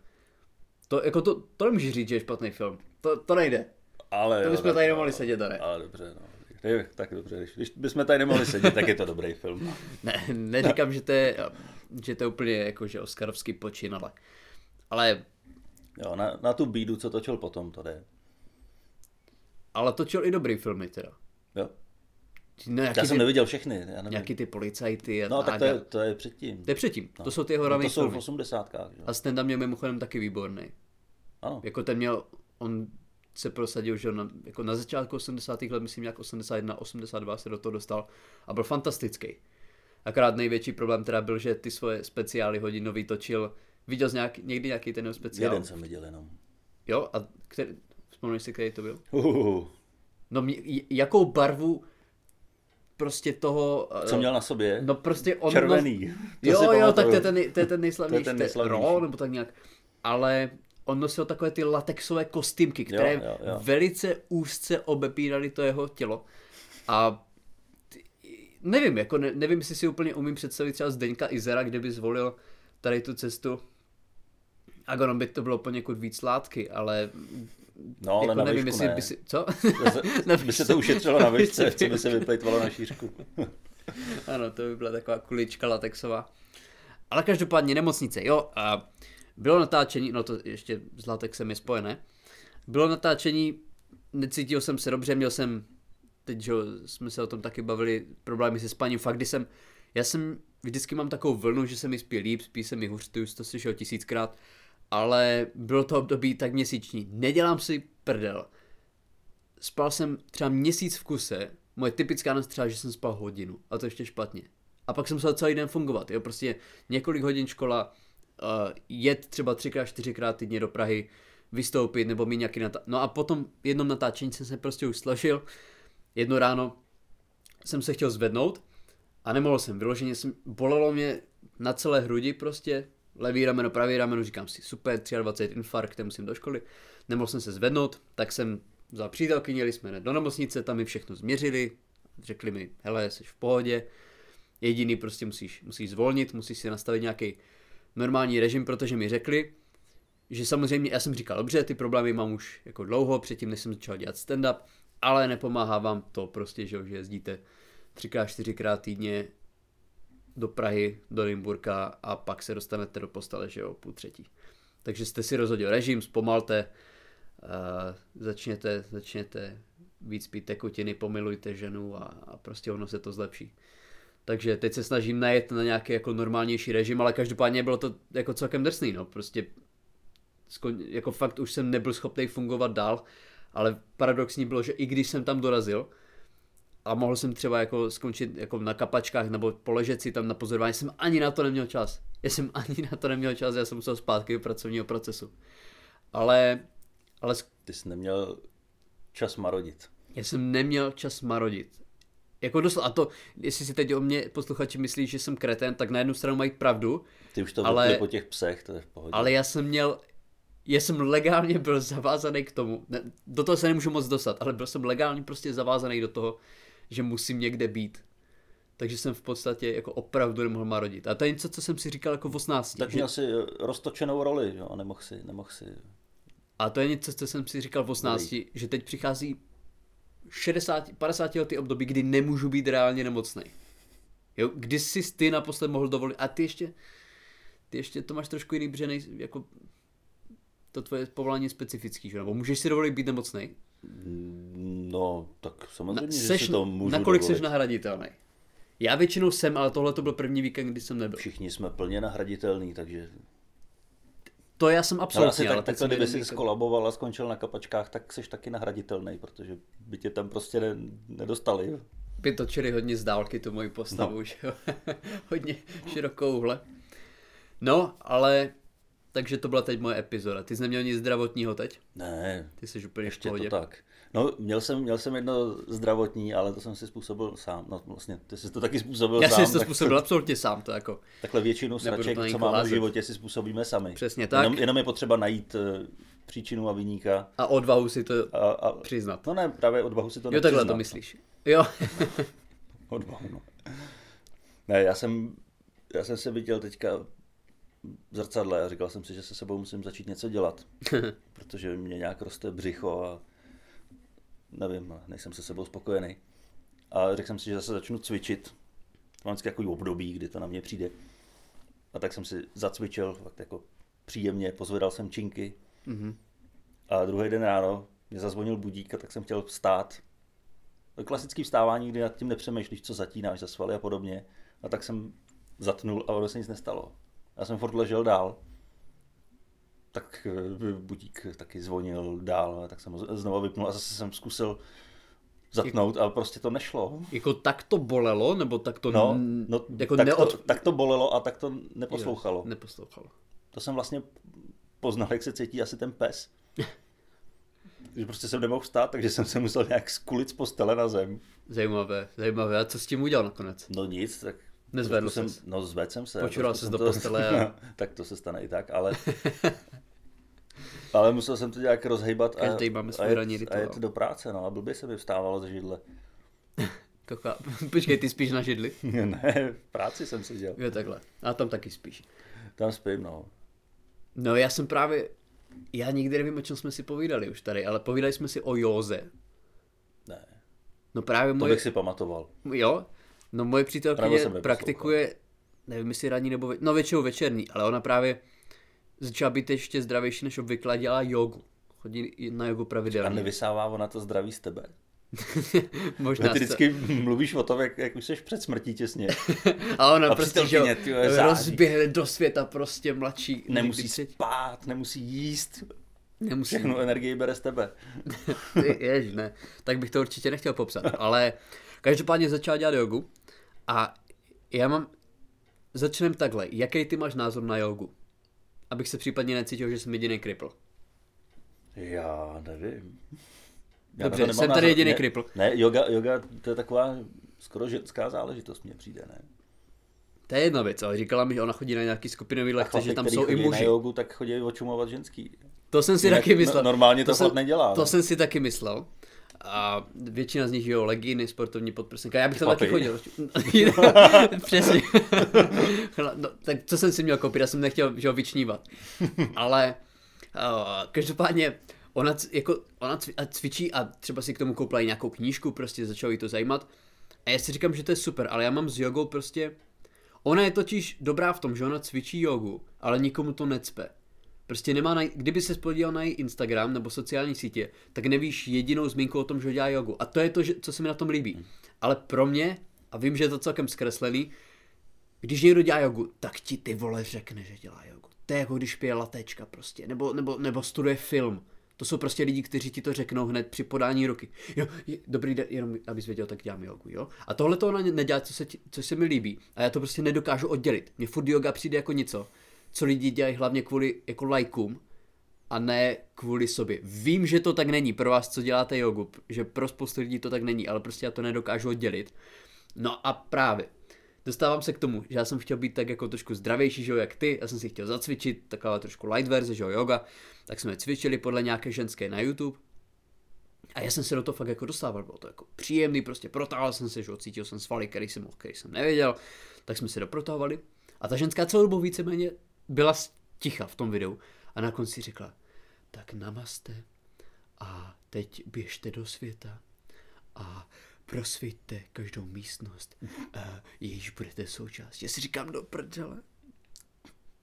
Speaker 2: To, jako to, to nemůžeš říct, že je špatný film. To, to nejde.
Speaker 1: Ale
Speaker 2: To
Speaker 1: jo,
Speaker 2: bychom
Speaker 1: tak
Speaker 2: tady
Speaker 1: jo.
Speaker 2: nemohli sedět, tady.
Speaker 1: Ale dobře, no. Je, tak dobře, když, když bychom tady nemohli sedět, tak je to dobrý film.
Speaker 2: Ne, neříkám, že to je, že to je úplně jako, že Oscarovský počin, ale, ale,
Speaker 1: Jo, na, na tu bídu, co točil potom, to jde.
Speaker 2: ale točil i dobrý filmy teda.
Speaker 1: Jo.
Speaker 2: No, jaký,
Speaker 1: Já jsem
Speaker 2: ty,
Speaker 1: neviděl všechny. Já nevím.
Speaker 2: jaký ty policajty a
Speaker 1: No, tak to
Speaker 2: a-
Speaker 1: je, to je předtím.
Speaker 2: To je předtím, no. to jsou ty jeho
Speaker 1: No,
Speaker 2: hlavní
Speaker 1: to jsou v
Speaker 2: filmy.
Speaker 1: 80. Že? jo?
Speaker 2: A stand měl mimochodem taky výborný.
Speaker 1: Ano.
Speaker 2: Jako ten měl, on se prosadil, že jo, na, jako na začátku 80. let, myslím nějak 81, 82 se do toho dostal a byl fantastický. Akorát největší problém teda byl, že ty svoje speciály hodinový točil, viděl jsi nějak, někdy nějaký ten jeho speciál?
Speaker 1: Jeden jsem viděl jenom.
Speaker 2: Jo, a který, vzpomínáš si, který to byl?
Speaker 1: Uhuhu.
Speaker 2: No, mě, j- jakou barvu prostě toho...
Speaker 1: Co
Speaker 2: eh,
Speaker 1: měl na sobě?
Speaker 2: No prostě on...
Speaker 1: Červený. *laughs* To si
Speaker 2: jo, jo,
Speaker 1: pamatuju.
Speaker 2: tak to je ten, nej- to je ten nejslavnější,
Speaker 1: To je ten
Speaker 2: nejslavnější.
Speaker 1: nejslavnější.
Speaker 2: Ro, nebo tak nějak. Ale on nosil takové ty latexové kostýmky, které
Speaker 1: jo, jo.
Speaker 2: velice úzce obepíraly to jeho tělo. A ty- nevím, jako ne, nevím, jestli si úplně umím představit třeba Zdeňka Izera, kde by zvolil tady tu cestu. Agonom by to bylo poněkud víc látky, ale
Speaker 1: No, ale
Speaker 2: jako
Speaker 1: na
Speaker 2: nevím,
Speaker 1: nevím,
Speaker 2: jestli
Speaker 1: ne.
Speaker 2: by si... Co? *laughs*
Speaker 1: Zase- by se to ušetřilo na výšce, co by se
Speaker 2: výšce.
Speaker 1: vyplejtvalo
Speaker 2: *laughs*
Speaker 1: na šířku.
Speaker 2: Ano, to by byla taková kulička latexová. Ale každopádně nemocnice, jo. A bylo natáčení, no to ještě s latexem je spojené. Bylo natáčení, necítil jsem se dobře, měl jsem, teď že jo, jsme se o tom taky bavili, problémy se spaním, fakt, když jsem, já jsem, vždycky mám takovou vlnu, že se mi spí líp, spí se mi hůř, ty už jsi to slyšel tisíckrát. ale bylo to období tak měsíční. Nedělám si prdel. Spal jsem třeba měsíc v kuse, moje typická noc třeba, že jsem spal hodinu, a to ještě špatně. A pak jsem musel celý den fungovat, jo, prostě několik hodin škola, uh, jet třeba třikrát, čtyřikrát týdně do Prahy, vystoupit nebo mít nějaký natá... No a potom v jednom natáčení jsem se prostě už složil, jedno ráno jsem se chtěl zvednout a nemohl jsem, vyloženě jsem, bolelo mě na celé hrudi prostě, levý rameno, pravý rameno, říkám si super, 23 infarkt, musím do školy, nemohl jsem se zvednout, tak jsem za přítelkyni, jeli jsme do nemocnice, tam mi všechno změřili, řekli mi, hele, jsi v pohodě, jediný prostě musíš, musíš zvolnit, musíš si nastavit nějaký normální režim, protože mi řekli, že samozřejmě, já jsem říkal, dobře, ty problémy mám už jako dlouho, předtím než jsem začal dělat stand-up, ale nepomáhá vám to prostě, že, jo, že jezdíte třikrát, čtyřikrát týdně do Prahy, do Nymburka a pak se dostanete do postele, že jo, půl třetí. Takže jste si rozhodil režim, zpomalte, uh, začněte, začněte víc pít tekutiny, pomilujte ženu a, a prostě ono se to zlepší. Takže teď se snažím najet na nějaký jako normálnější režim, ale každopádně bylo to jako celkem drsný, no. Prostě skon, jako fakt už jsem nebyl schopný fungovat dál, ale paradoxní bylo, že i když jsem tam dorazil a mohl jsem třeba jako skončit jako na kapačkách nebo poležet si tam na pozorování, jsem ani na to neměl čas. Já jsem *laughs* ani na to neměl čas, já jsem musel zpátky do pracovního procesu. Ale, ale sk-
Speaker 1: Ty jsi neměl čas marodit.
Speaker 2: já jsem neměl čas marodit. Jako doslova, a to, jestli si teď o mě posluchači myslí, že jsem kreten, tak na jednu stranu mají pravdu,
Speaker 1: Ty už to
Speaker 2: Ale-
Speaker 1: ale... po těch psech, to je v pohodě.
Speaker 2: Ale já jsem měl, já jsem legálně byl zavázaný k tomu, ne, do toho se nemůžu moc dostat, ale byl jsem legálně prostě zavázaný do toho, že musím někde být. Takže jsem v podstatě jako opravdu nemohl marodit. A to je něco, co jsem si říkal jako v 18.
Speaker 1: Tak
Speaker 2: že-
Speaker 1: měl si eh, roztočenou roli, jo, a nemohl si, nemohl si.
Speaker 2: A to je něco, co jsem si říkal v 18, že teď přichází 60, 50 lety období, kdy nemůžu být reálně nemocný. Jo, kdy jsi ty naposled mohl dovolit, a ty ještě, ty ještě to máš trošku jiný, protože nejsi, jako to tvoje povolání je specifický, že? jo? Nebo můžeš si dovolit být nemocný?
Speaker 1: No, tak samozřejmě, na, že
Speaker 2: Seš-
Speaker 1: si to můžu
Speaker 2: nakolik
Speaker 1: dovolit.
Speaker 2: jsi nahraditelný? Já většinou jsem, ale tohle to byl první víkend, kdy jsem nebyl.
Speaker 1: Všichni jsme plně nahraditelní, takže...
Speaker 2: To já jsem
Speaker 1: Ale
Speaker 2: absolutně,
Speaker 1: asi
Speaker 2: ale,
Speaker 1: tak,
Speaker 2: teď
Speaker 1: takhle,
Speaker 2: jsem
Speaker 1: kdyby
Speaker 2: jeden
Speaker 1: si
Speaker 2: víkend-
Speaker 1: skolaboval a skončil na kapačkách, tak jsi taky nahraditelný, protože by tě tam prostě ne, nedostali. jo.
Speaker 2: by točili hodně z dálky tu moji postavu, no. že jo? *laughs* hodně širokouhle. No, ale, takže to byla teď moje epizoda. Ty jsi neměl nic zdravotního teď?
Speaker 1: Ne,
Speaker 2: Ty jsi úplně v
Speaker 1: ještě
Speaker 2: pohodě.
Speaker 1: to tak. No, měl jsem, měl jsem jedno zdravotní, ale to jsem si způsobil sám. No, vlastně, ty jsi to taky způsobil
Speaker 2: Já
Speaker 1: sám.
Speaker 2: jsem si to
Speaker 1: tak-
Speaker 2: způsobil absolutně sám, to jako.
Speaker 1: Takhle většinu
Speaker 2: Nebudu
Speaker 1: sraček,
Speaker 2: to ani
Speaker 1: co máme v
Speaker 2: klázet.
Speaker 1: životě, si způsobíme sami.
Speaker 2: Přesně tak.
Speaker 1: Jenom, jenom je potřeba najít eh, příčinu a vyníka.
Speaker 2: A odvahu si to
Speaker 1: A, a...
Speaker 2: přiznat.
Speaker 1: No ne, právě odvahu si to
Speaker 2: Jo, takhle to
Speaker 1: nepřiznat.
Speaker 2: myslíš. Jo, *laughs*
Speaker 1: Odvahu, no. Ne, já jsem, já jsem se viděl teďka v zrcadle a říkal jsem si, že se sebou musím začít něco dělat, protože mě nějak roste břicho a nevím, nejsem se sebou spokojený. A řekl jsem si, že zase začnu cvičit. Mám vždycky jako období, kdy to na mě přijde. A tak jsem si zacvičil, fakt jako příjemně, pozvedal jsem činky. A druhý den ráno mě zazvonil budík a tak jsem chtěl vstát. Klasický vstávání, kdy nad tím nepřemýšlíš, co zatínáš za svaly a podobně. A tak jsem zatnul a ono se nic nestalo. Já jsem furt ležel dál. Tak eh, budík taky zvonil dál, tak jsem ho z- znovu vypnul a zase jsem zkusil zatnout, ale prostě to nešlo.
Speaker 2: jako tak to bolelo, nebo tak to
Speaker 1: No,
Speaker 2: n-
Speaker 1: no
Speaker 2: jako
Speaker 1: tak,
Speaker 2: neod...
Speaker 1: to, tak to bolelo a tak to neposlouchalo.
Speaker 2: Neposlouchalo.
Speaker 1: To jsem vlastně poznal, jak se cítí asi
Speaker 2: *laughs*
Speaker 1: ten pes. Že prostě jsem nemohl vstát, takže jsem se musel nějak skulit z postele na zem.
Speaker 2: Zajímavé, zajímavé. A co s tím udělal nakonec?
Speaker 1: No nic, tak...
Speaker 2: Nezvedl
Speaker 1: trošku
Speaker 2: ses.
Speaker 1: jsem, No zvedl jsem se.
Speaker 2: Počural
Speaker 1: trošku
Speaker 2: ses
Speaker 1: jsem
Speaker 2: do postele a-
Speaker 1: *laughs* tak to se stane i tak,
Speaker 2: *laughs*
Speaker 1: ale... ale musel jsem to nějak rozhejbat a,
Speaker 2: Každý máme svůj
Speaker 1: a,
Speaker 2: ranní
Speaker 1: jet, a
Speaker 2: rituál.
Speaker 1: jet do práce, no a blbě se mi vstávalo ze židle. *laughs*
Speaker 2: Kocha... *laughs* Počkej, ty spíš na židli?
Speaker 1: ne, v práci jsem seděl.
Speaker 2: Jo, takhle. A tam taky spíš.
Speaker 1: Tam spím, no.
Speaker 2: No já jsem právě, já nikdy nevím, o čem jsme si povídali už tady, ale povídali jsme si o Józe.
Speaker 1: Ne,
Speaker 2: No právě
Speaker 1: to
Speaker 2: moje,
Speaker 1: bych si pamatoval.
Speaker 2: jo, no moje
Speaker 1: Právě
Speaker 2: přítelkyně
Speaker 1: jsem neposlouchal.
Speaker 2: praktikuje, nevím jestli ranní nebo, ve, no většinou večerní, ale ona právě začala být ještě zdravější než obvykle a dělá jogu. Chodí na jogu *laughs*
Speaker 1: A
Speaker 2: pravidelně.
Speaker 1: nevysává ona to zdraví z tebe? Že
Speaker 2: Možná
Speaker 1: ty
Speaker 2: se-
Speaker 1: vždycky mluvíš o tom, jak, jak už jsi před
Speaker 2: *laughs*
Speaker 1: smrtí těsně.
Speaker 2: A ona
Speaker 1: A
Speaker 2: prostě že,
Speaker 1: přítelkyně,
Speaker 2: jo,
Speaker 1: ty vole, září.
Speaker 2: rozběhne do světa prostě mladší.
Speaker 1: Nemusí
Speaker 2: Když si-
Speaker 1: spát, nemusí jíst,
Speaker 2: Nemusí.
Speaker 1: všechnu energii bere z tebe.
Speaker 2: *laughs* Ty, jež, ne. Tak bych to určitě nechtěl popsat, ale každopádně začal dělat jogu a já mám, začneme takhle, jaký ty máš názor na jogu? Abych se případně necítil, že jsem jediný kripl.
Speaker 1: Já nevím.
Speaker 2: Dobře,
Speaker 1: na to nemám
Speaker 2: jsem tady
Speaker 1: názor.
Speaker 2: jediný
Speaker 1: Ne-
Speaker 2: kripl.
Speaker 1: Ne, yoga, yoga, to je taková skoro ženská záležitost, mně přijde, ne?
Speaker 2: To je jedna věc, ale říkala mi, že ona chodí na nějaký skupinový
Speaker 1: A
Speaker 2: lekce, že
Speaker 1: chlapi,
Speaker 2: tam
Speaker 1: který
Speaker 2: jsou i
Speaker 1: chodí
Speaker 2: muži.
Speaker 1: na jogu, tak chodí očumovat ženský.
Speaker 2: To jsem si
Speaker 1: Jinak
Speaker 2: taky
Speaker 1: no-
Speaker 2: myslel.
Speaker 1: normálně to
Speaker 2: jsem-
Speaker 1: chlap nedělá,
Speaker 2: To
Speaker 1: ne?
Speaker 2: jsem si taky myslel. A většina z nich jo, legíny, sportovní podprsenka. Já bych tam taky
Speaker 1: Chlapi.
Speaker 2: chodil.
Speaker 1: *laughs*
Speaker 2: Přesně. Chla- no, tak co jsem si měl koupit, já jsem nechtěl že ho vyčnívat. Ale uh, každopádně ona, c- jako, ona cvi- a cvičí a třeba si k tomu koupila i nějakou knížku, prostě začalo jí to zajímat. A já si říkám, že to je super, ale já mám s jogou prostě... Ona je totiž dobrá v tom, že ona cvičí jogu, ale nikomu to necpe. Prostě nemá, na, kdyby se podíval na její Instagram nebo sociální sítě, tak nevíš jedinou zmínku o tom, že dělá jogu. A to je to, že, co se mi na tom líbí. Ale pro mě, a vím, že je to celkem zkreslený, když někdo dělá jogu, tak ti ty vole řekne, že dělá jogu. To je jako když pije latečka prostě, nebo, nebo, nebo studuje film. To jsou prostě lidi, kteří ti to řeknou hned při podání ruky. Jo, je, dobrý den, jenom abys věděl, tak dělám jogu, jo. A tohle to ona nedělá, co se, ti- co se mi líbí. A já to prostě nedokážu oddělit. Mně furt yoga přijde jako něco, co lidi dělají hlavně kvůli jako lajkům, a ne kvůli sobě. Vím, že to tak není pro vás, co děláte jogu, p- že pro spoustu lidí to tak není, ale prostě já to nedokážu oddělit. No a právě, dostávám se k tomu, že já jsem chtěl být tak jako trošku zdravější, že jo, jak ty, já jsem si chtěl zacvičit, taková trošku light verze, že jo, yoga, tak jsme cvičili podle nějaké ženské na YouTube. A já jsem se do toho fakt jako dostával, bylo to jako příjemný, prostě protahoval jsem se, že jo, cítil jsem svaly, který jsem, který jsem nevěděl, tak jsme se doprotahovali. A ta ženská celou dobu víceméně byla ticha v tom videu a na konci řekla, tak namaste a teď běžte do světa a prosvěďte každou místnost, eh, jejíž budete součástí. Já si říkám, do prdele.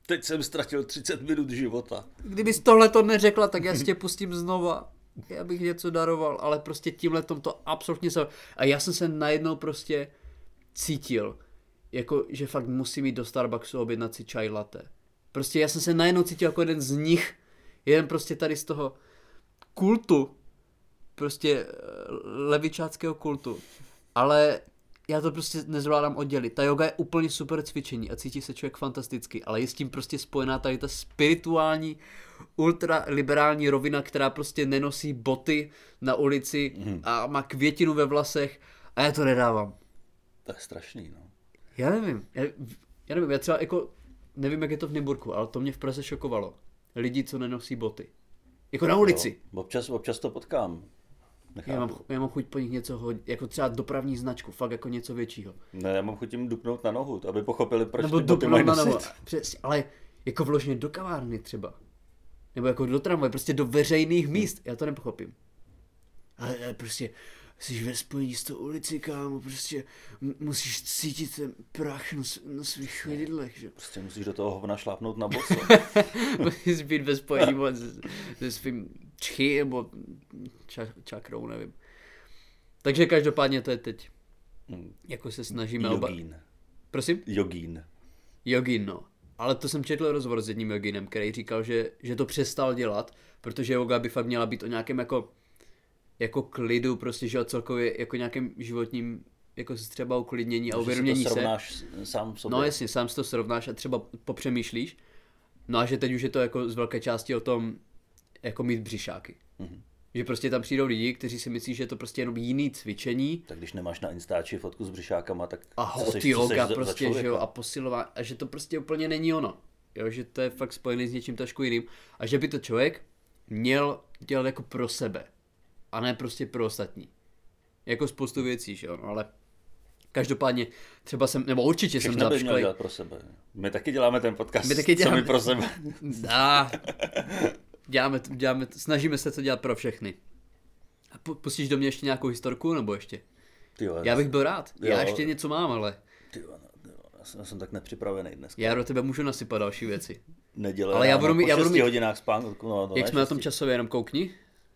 Speaker 1: Teď jsem ztratil 30 minut života.
Speaker 2: Kdybys tohle to neřekla, tak já si tě pustím znova. Já bych něco daroval, ale prostě tímhle tom to absolutně se... A já jsem se najednou prostě cítil, jako že fakt musím jít do Starbucksu a objednat si čaj latte. Prostě já jsem se najednou cítil jako jeden z nich, jeden prostě tady z toho kultu, prostě eh, levičáckého kultu. Ale já to prostě nezvládám oddělit. Ta yoga je úplně super cvičení a cítí se člověk fantasticky, ale je s tím prostě spojená tady ta spirituální, ultraliberální rovina, která prostě nenosí boty na ulici a má květinu ve vlasech a já to nedávám.
Speaker 1: To je strašný, no.
Speaker 2: Já nevím, já, já nevím, já třeba jako, nevím jak je to v Nymburku, ale to mě v Praze šokovalo. Lidi, co nenosí boty. Jako na ulici.
Speaker 1: Jo, občas, občas to potkám.
Speaker 2: Já
Speaker 1: Nechám.
Speaker 2: mám, já mám chuť po nich něco hodit, jako třeba dopravní značku, fakt jako něco většího.
Speaker 1: Ne, já mám chuť jim dupnout na nohu, aby pochopili, proč
Speaker 2: Nebo
Speaker 1: ty boty mají
Speaker 2: dopravna
Speaker 1: nosit.
Speaker 2: nebo, přesně, ale jako vložně do kavárny třeba. Nebo jako do tramvaje, prostě do veřejných míst, já to nepochopím. Ale, ale prostě, jsi ve spojení s tou ulici, kámo, prostě m- musíš cítit ten prach na, s- na svých chodidlech, že?
Speaker 1: Prostě musíš do toho hovna šlápnout na boso.
Speaker 2: *laughs* Musíš být ve spojení vole, se, se svým čchy nebo ča, čakrou, nevím. Takže každopádně to je teď. Jako se snažíme oba...
Speaker 1: Jogín.
Speaker 2: Prosím?
Speaker 1: Jogín.
Speaker 2: Jogin, no. Ale to jsem četl rozhovor s jedním joginem, který říkal, že, že to přestal dělat, protože yoga by fakt měla být o nějakém jako, jako klidu, prostě, že o celkově jako nějakém životním jako třeba uklidnění a
Speaker 1: Že si
Speaker 2: uvědomění
Speaker 1: to
Speaker 2: se.
Speaker 1: srovnáš s- sám sobě.
Speaker 2: No jasně, sám si to srovnáš a třeba popřemýšlíš. No a že teď už je to jako z velké části o tom, jako mít břišáky.
Speaker 1: Mhm.
Speaker 2: Mm-hmm. Že prostě tam přijdou lidi, kteří si myslí, že je to prostě jenom jiný cvičení,
Speaker 1: Tak když nemáš na Instači fotku s břišákama, tak
Speaker 2: a hot
Speaker 1: co seš- co seš
Speaker 2: yoga
Speaker 1: za- za
Speaker 2: prostě,
Speaker 1: člověka?
Speaker 2: že jo, a posilování, a že to prostě úplně není ono. Jo, že to je fakt spojený s něčím trošku jiným. A že by to člověk měl dělat jako pro sebe. A ne prostě pro ostatní. Jako spoustu věcí, že jo, no, ale každopádně třeba jsem, nebo určitě jsem
Speaker 1: Všechno by měl
Speaker 2: zapšklej.
Speaker 1: dělat pro sebe. My taky děláme ten podcast
Speaker 2: My taky děláme.
Speaker 1: sami pro sebe.
Speaker 2: Dá. Děláme, to- děláme, to- snažíme se to dělat pro všechny. A pu- pustíš do mě ještě nějakou historku, nebo ještě?
Speaker 1: Tyjo,
Speaker 2: Já bych byl rád. Já
Speaker 1: Jo.
Speaker 2: ještě něco mám, ale
Speaker 1: Tyjo, no, tyjo, já, jsem, já jsem tak nepřipravený dneska.
Speaker 2: já do tebe můžu nasypat další věci.
Speaker 1: Neděle
Speaker 2: Ale já
Speaker 1: ráno
Speaker 2: budu mít-
Speaker 1: po
Speaker 2: já budu
Speaker 1: šesti
Speaker 2: mít-
Speaker 1: hodinách spánku. No, no,
Speaker 2: Jak
Speaker 1: ne,
Speaker 2: jsme na tom
Speaker 1: šesti.
Speaker 2: časově, jenom koukni.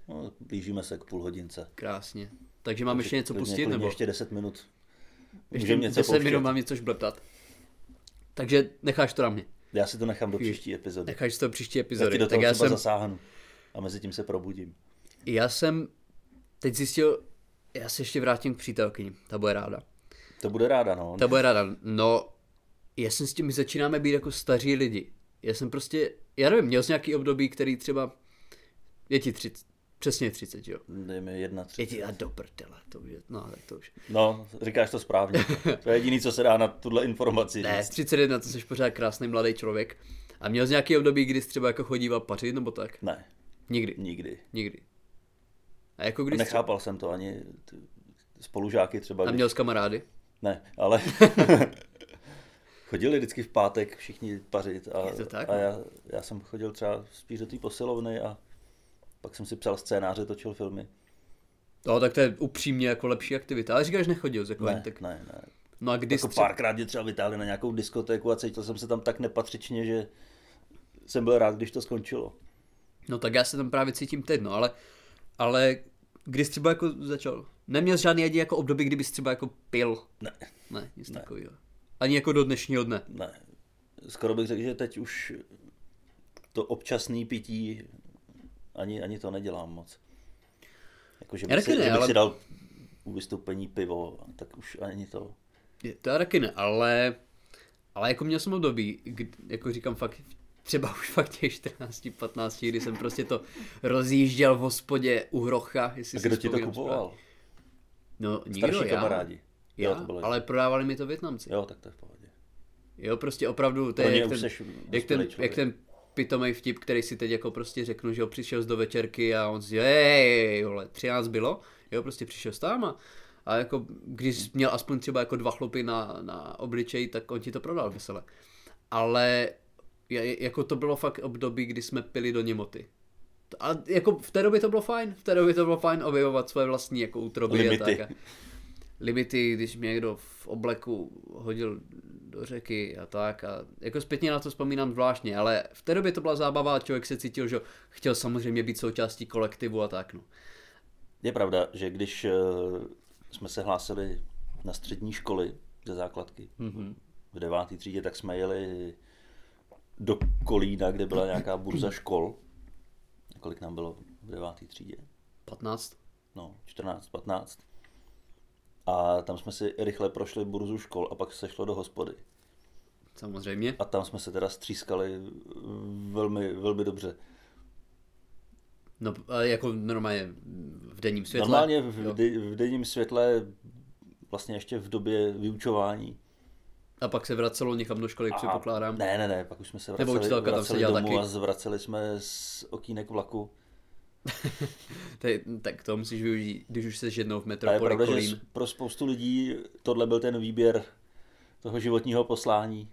Speaker 1: No, blížíme se k půl hodince.
Speaker 2: Krásně. Takže mám ještě něco
Speaker 1: Klidně-
Speaker 2: pustit,
Speaker 1: klidně
Speaker 2: nebo?
Speaker 1: no, ještě 10 minut.
Speaker 2: Ještě
Speaker 1: Můžeme něco
Speaker 2: 10 minut
Speaker 1: pouštět.
Speaker 2: mám něco šbleptat. Takže necháš to na mě.
Speaker 1: Já si to nechám do příští epizody.
Speaker 2: Necháš to příští
Speaker 1: Já ti
Speaker 2: epizody.
Speaker 1: do
Speaker 2: Tak
Speaker 1: toho
Speaker 2: já
Speaker 1: třeba
Speaker 2: jsem,
Speaker 1: zasáhnu. A mezi tím se probudím.
Speaker 2: já jsem teď zjistil, já se ještě vrátím k přítelkyni, ta bude ráda.
Speaker 1: To bude ráda, no.
Speaker 2: Ta bude ráda. No, já jsem s tím, my začínáme být jako staří lidi. Já jsem prostě, já nevím, měl jsem nějaký období, který třeba, je ti 30, přesně 30, jo.
Speaker 1: Dej mi jedna,
Speaker 2: Je
Speaker 1: tři.
Speaker 2: ti, a do prdele, to už je, no tak to už.
Speaker 1: No, říkáš to správně. To je jediný, co se dá na tuhle informaci
Speaker 2: Ne,
Speaker 1: říct.
Speaker 2: 31, to jsi pořád krásný mladý člověk. A měl jsi nějaký období, kdy jsi třeba jako chodíval pařit nebo tak?
Speaker 1: Ne,
Speaker 2: Nikdy,
Speaker 1: nikdy.
Speaker 2: nikdy. A jako když jsi,
Speaker 1: Nechápal jsem to ani t- spolužáky třeba.
Speaker 2: a
Speaker 1: když-
Speaker 2: měl jsi kamarády?
Speaker 1: Ne,
Speaker 2: *laughs*
Speaker 1: ale chodili vždycky v pátek všichni pařit a,
Speaker 2: to tak,
Speaker 1: a
Speaker 2: no.
Speaker 1: já, já jsem chodil třeba spíš do té posilovny a pak jsem si psal scénáře, točil filmy.
Speaker 2: No, tak to je upřímně jako lepší aktivita. Ale říkáš, nechodil jsi jako
Speaker 1: Ne,
Speaker 2: ne. tak.
Speaker 1: ne, ne.
Speaker 2: No a kdy
Speaker 1: Jako
Speaker 2: jsi třeba-
Speaker 1: párkrát mě třeba vytáhli na nějakou diskotéku a cítil jsem se tam tak nepatřičně, že jsem byl rád, když to skončilo.
Speaker 2: No tak já se tam právě cítím teď, no, ale, ale když jsi třeba jako začal, neměl jsi žádný ani jako období, kdyby jsi třeba jako pil.
Speaker 1: Ne,
Speaker 2: Ne, nic ne. takového. Ani jako do dnešního dne.
Speaker 1: ne. Skoro bych řekl, že teď už to občasné pití ani, ani to nedělám moc. Jako, že
Speaker 2: Já
Speaker 1: bych, si,
Speaker 2: taky ne,
Speaker 1: že bych
Speaker 2: ale-
Speaker 1: si dal u vystoupení pivo, tak už ani to.
Speaker 2: Je, to já taky ne, ale, ale jako měl jsem období, kdy, jako říkám fakt, třeba už fakt těch 14, 15, kdy jsem prostě to rozjížděl v hospodě u Hrocha, jestli
Speaker 1: A
Speaker 2: si
Speaker 1: kdo ti to
Speaker 2: vzpomínám
Speaker 1: kupoval?
Speaker 2: správně. No nikdo,
Speaker 1: Starší
Speaker 2: já.
Speaker 1: kamarádi.
Speaker 2: Já,
Speaker 1: jo, to bylo
Speaker 2: ale prodávali mi to Větnamci.
Speaker 1: jo, tak to je v pohodě.
Speaker 2: Jo, prostě opravdu, to
Speaker 1: Pro
Speaker 2: je
Speaker 1: ně
Speaker 2: jak
Speaker 1: už
Speaker 2: ten,
Speaker 1: seš
Speaker 2: jak,
Speaker 1: dospělý
Speaker 2: ten, jak
Speaker 1: člověk.
Speaker 2: ten pitomej vtip, který si teď jako prostě řeknu, že jo, přišel jsi do večerky a on si, hej, vole, 13 bylo, jo, prostě přišel s táma. A jako, když jsi měl aspoň třeba jako dva chlopy na, na obličej, tak on ti to prodal vesele. Ale je- jako to bylo fakt období, kdy jsme pili do němoty. To- A jako v té době to bylo fajn, v té době to bylo fajn objevovat své vlastní jako útroby a
Speaker 1: Limity.
Speaker 2: tak. A limity, když mě někdo v obleku hodil do řeky a tak a jako zpětně na to vzpomínám zvláštně, ale v té době to byla zábava a člověk se cítil, že chtěl samozřejmě být součástí kolektivu a tak no.
Speaker 1: Je pravda, že když eh, jsme se hlásili na střední školy ze základky mm-hmm. v deváté třídě, tak jsme jeli do Kolína, kde byla nějaká burza škol. Kolik nám bylo v deváté třídě?
Speaker 2: 15?
Speaker 1: No, 14, 15. A tam jsme si rychle prošli burzu škol a pak se šlo do hospody.
Speaker 2: Samozřejmě.
Speaker 1: A tam jsme se teda střískali eh, velmi, velmi dobře.
Speaker 2: No a jako normálně v denním světle.
Speaker 1: Normálně
Speaker 2: jo.
Speaker 1: v, de, v denním světle, vlastně ještě v době vyučování.
Speaker 2: A pak se vracelo někam do školy,
Speaker 1: A-
Speaker 2: předpokládám.
Speaker 1: Ne, ne, ne, pak už jsme se
Speaker 2: Nebo
Speaker 1: vraceli,
Speaker 2: učitelka tam
Speaker 1: vraceli
Speaker 2: seděla
Speaker 1: domů
Speaker 2: taky.
Speaker 1: a zvraceli jsme z okýnek vlaku.
Speaker 2: To je- tak to musíš využít, když už jsi jednou v
Speaker 1: A je
Speaker 2: metropoli
Speaker 1: pravda, že
Speaker 2: Kolín.
Speaker 1: s- pro spoustu lidí tohle byl ten výběr toho životního poslání.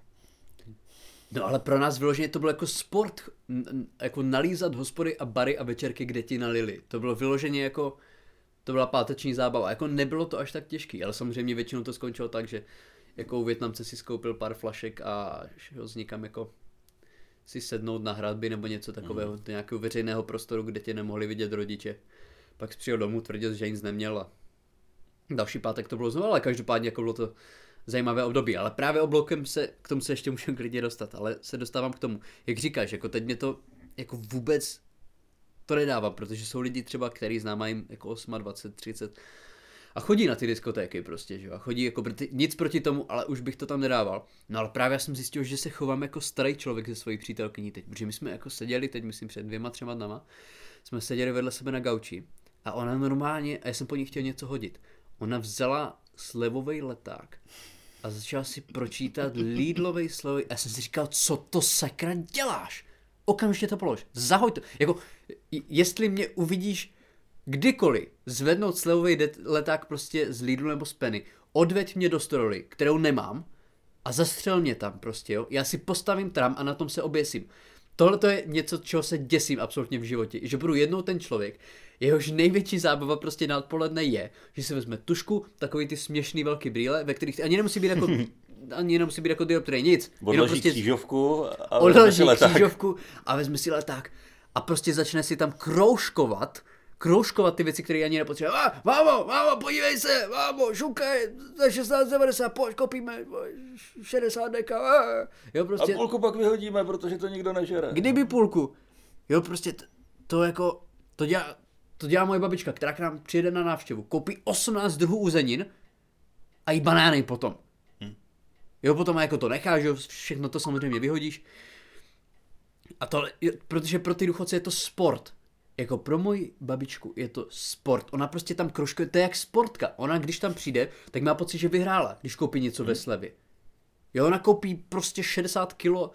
Speaker 2: No ale pro nás vyloženě to byl jako sport, n- n- jako nalízat hospody a bary a večerky, kde ti nalili. To bylo vyloženě jako, to byla páteční zábava. Jako nebylo to až tak těžký, ale samozřejmě většinou to skončilo tak, že jako u Větnamce si skoupil pár flašek a šel s někam jako si sednout na hradby nebo něco takového, do nějakého veřejného prostoru, kde tě nemohli vidět rodiče. Pak jsi přijel domů, tvrdil, že nic neměl a další pátek to bylo znovu, ale každopádně jako bylo to zajímavé období. Ale právě oblokem se k tomu se ještě můžeme klidně dostat, ale se dostávám k tomu. Jak říkáš, jako teď mě to jako vůbec to nedává, protože jsou lidi třeba, který znám, mají jako 8, 20, 30 a chodí na ty diskotéky prostě, že jo, a chodí jako, proti, nic proti tomu, ale už bych to tam nedával. No ale právě já jsem zjistil, že se chovám jako starý člověk se svojí přítelkyní teď, protože my jsme jako seděli teď, myslím před dvěma, třema dnama, jsme seděli vedle sebe na gauči a ona normálně, a já jsem po ní chtěl něco hodit, ona vzala slevový leták a začala si pročítat lídlovej slovy a já jsem si říkal, co to sakra děláš? Okamžitě to polož, zahoď to. Jako, j- jestli mě uvidíš kdykoliv zvednout slevový det- leták prostě z Lidlu nebo z Penny, odveď mě do stroly, kterou nemám a zastřel mě tam prostě, jo. Já si postavím tram a na tom se oběsím. Tohle to je něco, čeho se děsím absolutně v životě, že budu jednou ten člověk, jehož největší zábava prostě na odpoledne je, že si vezme tušku, takový ty směšný velký brýle, ve kterých ani nemusí být jako, ani nemusí být jako dioptrie, nic.
Speaker 1: Odloží prostě křížovku a
Speaker 2: odloží
Speaker 1: leták.
Speaker 2: křížovku a vezme si leták a prostě začne si tam kroužkovat kroužkovat ty věci, které ani nepotřebuje. Ah, vámo, vámo, podívej se, vámo, šuka je za 1690, pojď, kopíme, poj, 60 deka. Ah. Jo,
Speaker 1: A
Speaker 2: prostě,
Speaker 1: půlku pak vyhodíme, protože to nikdo nežere.
Speaker 2: kdyby půlku. Jo, prostě t- to jako, to dělá, to dělá moje babička, která k nám přijede na návštěvu, koupí 18 druhů uzenin a i banány potom.
Speaker 1: Hm.
Speaker 2: Jo, potom jako to necháš, jo, všechno to samozřejmě vyhodíš. A to, jo, protože pro ty důchodce je to sport. Jako pro moji babičku je to sport. Ona prostě tam kružkuje, to je jak sportka. Ona, když tam přijde, tak má pocit, že vyhrála, když koupí něco
Speaker 1: Mhm.
Speaker 2: ve slevě. Jo, ona koupí prostě 60 kilo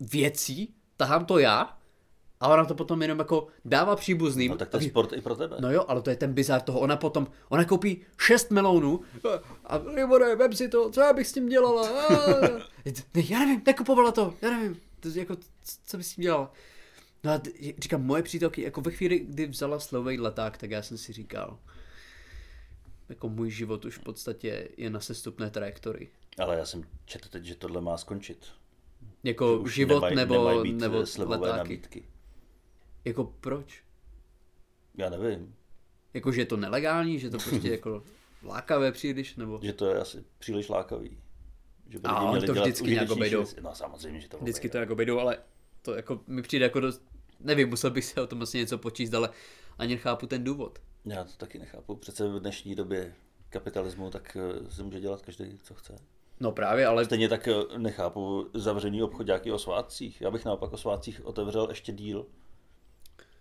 Speaker 2: věcí, tahám to já, a ona to potom jenom jako dává příbuzným.
Speaker 1: No tak to je
Speaker 2: aby-
Speaker 1: sport i pro tebe.
Speaker 2: No jo, ale to je ten bizár toho. Ona potom, ona koupí šest melounů a Libore, vem si to, co já bych s tím dělala. A- ne, já nevím, nekupovala to, já nevím, to, je jako, c- co bych s tím dělala. No a t- říkám, moje přítelky, jako ve chvíli, kdy vzala slovej leták, tak já jsem si říkal, jako můj život už v podstatě je na sestupné trajektorii.
Speaker 1: Ale já jsem četl teď, že tohle má skončit.
Speaker 2: Jako
Speaker 1: Už
Speaker 2: život
Speaker 1: nemaj,
Speaker 2: nebo,
Speaker 1: nemají být
Speaker 2: nebo
Speaker 1: eh, slevové
Speaker 2: letáky.
Speaker 1: nabídky.
Speaker 2: Jako proč?
Speaker 1: Já nevím,
Speaker 2: Jako, že je to nelegální, že to
Speaker 1: *laughs*
Speaker 2: prostě jako lákavé příliš, nebo...
Speaker 1: že to je asi příliš lákavý. Že by
Speaker 2: A
Speaker 1: lidi
Speaker 2: oni
Speaker 1: měli
Speaker 2: to
Speaker 1: dělat
Speaker 2: vždycky nějak
Speaker 1: užitečnější
Speaker 2: obejdou.
Speaker 1: věci. No samozřejmě, že to
Speaker 2: Vždycky to
Speaker 1: obejdou.
Speaker 2: jako bejdou, ale to jako mi přijde jako dost, nevím, musel bych se o tom asi něco počíst, ale ani nechápu ten důvod.
Speaker 1: Já to taky nechápu. Přece v dnešní době kapitalismu tak eh, si může dělat každý, co chce.
Speaker 2: No právě, ale
Speaker 1: Stejně tak eh, nechápu zavřený obchodáky o svátcích. Já bych naopak o svátcích otevřel ještě díl.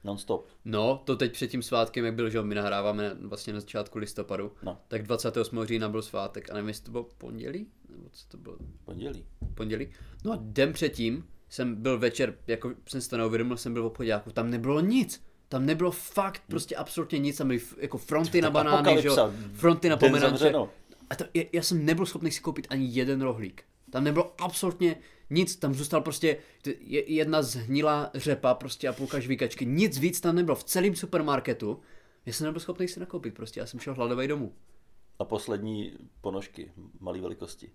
Speaker 1: Non-stop.
Speaker 2: no, to teď před tím svátkem, jak byl, že jo, my nahráváme vlastně na začátku listopadu,
Speaker 1: No.
Speaker 2: tak 28. října byl svátek a nevím, jestli to bylo pondělí, nebo co to bylo,
Speaker 1: Pondělí.
Speaker 2: pondělí. No a den předtím jsem byl večer, jako jsem si to neuvědomil, jsem byl v obchodáku, tam nebylo nic. Tam nebylo fakt
Speaker 1: Hmm.
Speaker 2: prostě absolutně nic, tam byly f- jako fronty na banány, že jo,
Speaker 1: apokalypsa,
Speaker 2: fronty na
Speaker 1: den
Speaker 2: pomeranče.
Speaker 1: zavřeno.
Speaker 2: A to, já, já jsem nebyl schopný si koupit ani jeden rohlík. Tam nebylo absolutně nic, tam zůstal prostě t- je- jedna zhnilá řepa prostě a půlka žvíkačky. Nic víc tam nebylo v celém supermarketu. Já jsem nebyl schopný si nakoupit prostě, já jsem šel hladový domů.
Speaker 1: A poslední ponožky malé velikosti.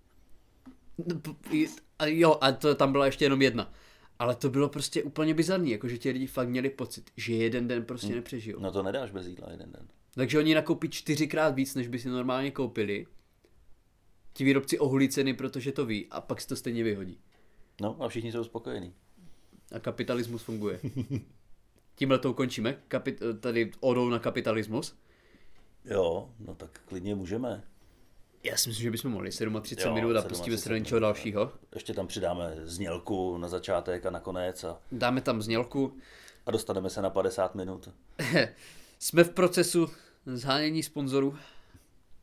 Speaker 2: No, p- i- A jo, a to, tam byla ještě jenom jedna. Ale to bylo prostě úplně bizarní, jakože ti lidi fakt měli pocit, že jeden den prostě nepřežijou.
Speaker 1: No to nedáš bez jídla jeden den.
Speaker 2: Takže oni nakoupí čtyřikrát víc, než by si normálně koupili. Ti výrobci oholí ceny, protože to ví, a pak se to stejně vyhodí.
Speaker 1: No a všichni jsou spokojení.
Speaker 2: A kapitalismus
Speaker 1: *laughs*
Speaker 2: funguje. Tímhle to ukončíme, Kapit- tady odou na kapitalismus.
Speaker 1: Jo, no tak klidně můžeme.
Speaker 2: Já si myslím, že bychom mohli 37
Speaker 1: Jo,
Speaker 2: minut a pustíme se do
Speaker 1: 37
Speaker 2: něčeho
Speaker 1: minut,
Speaker 2: dalšího.
Speaker 1: Ještě tam přidáme znělku na začátek a na konec a,
Speaker 2: Dáme tam znělku. *laughs*
Speaker 1: a dostaneme se na 50 minut.
Speaker 2: Jsme v procesu zhánění sponzorů.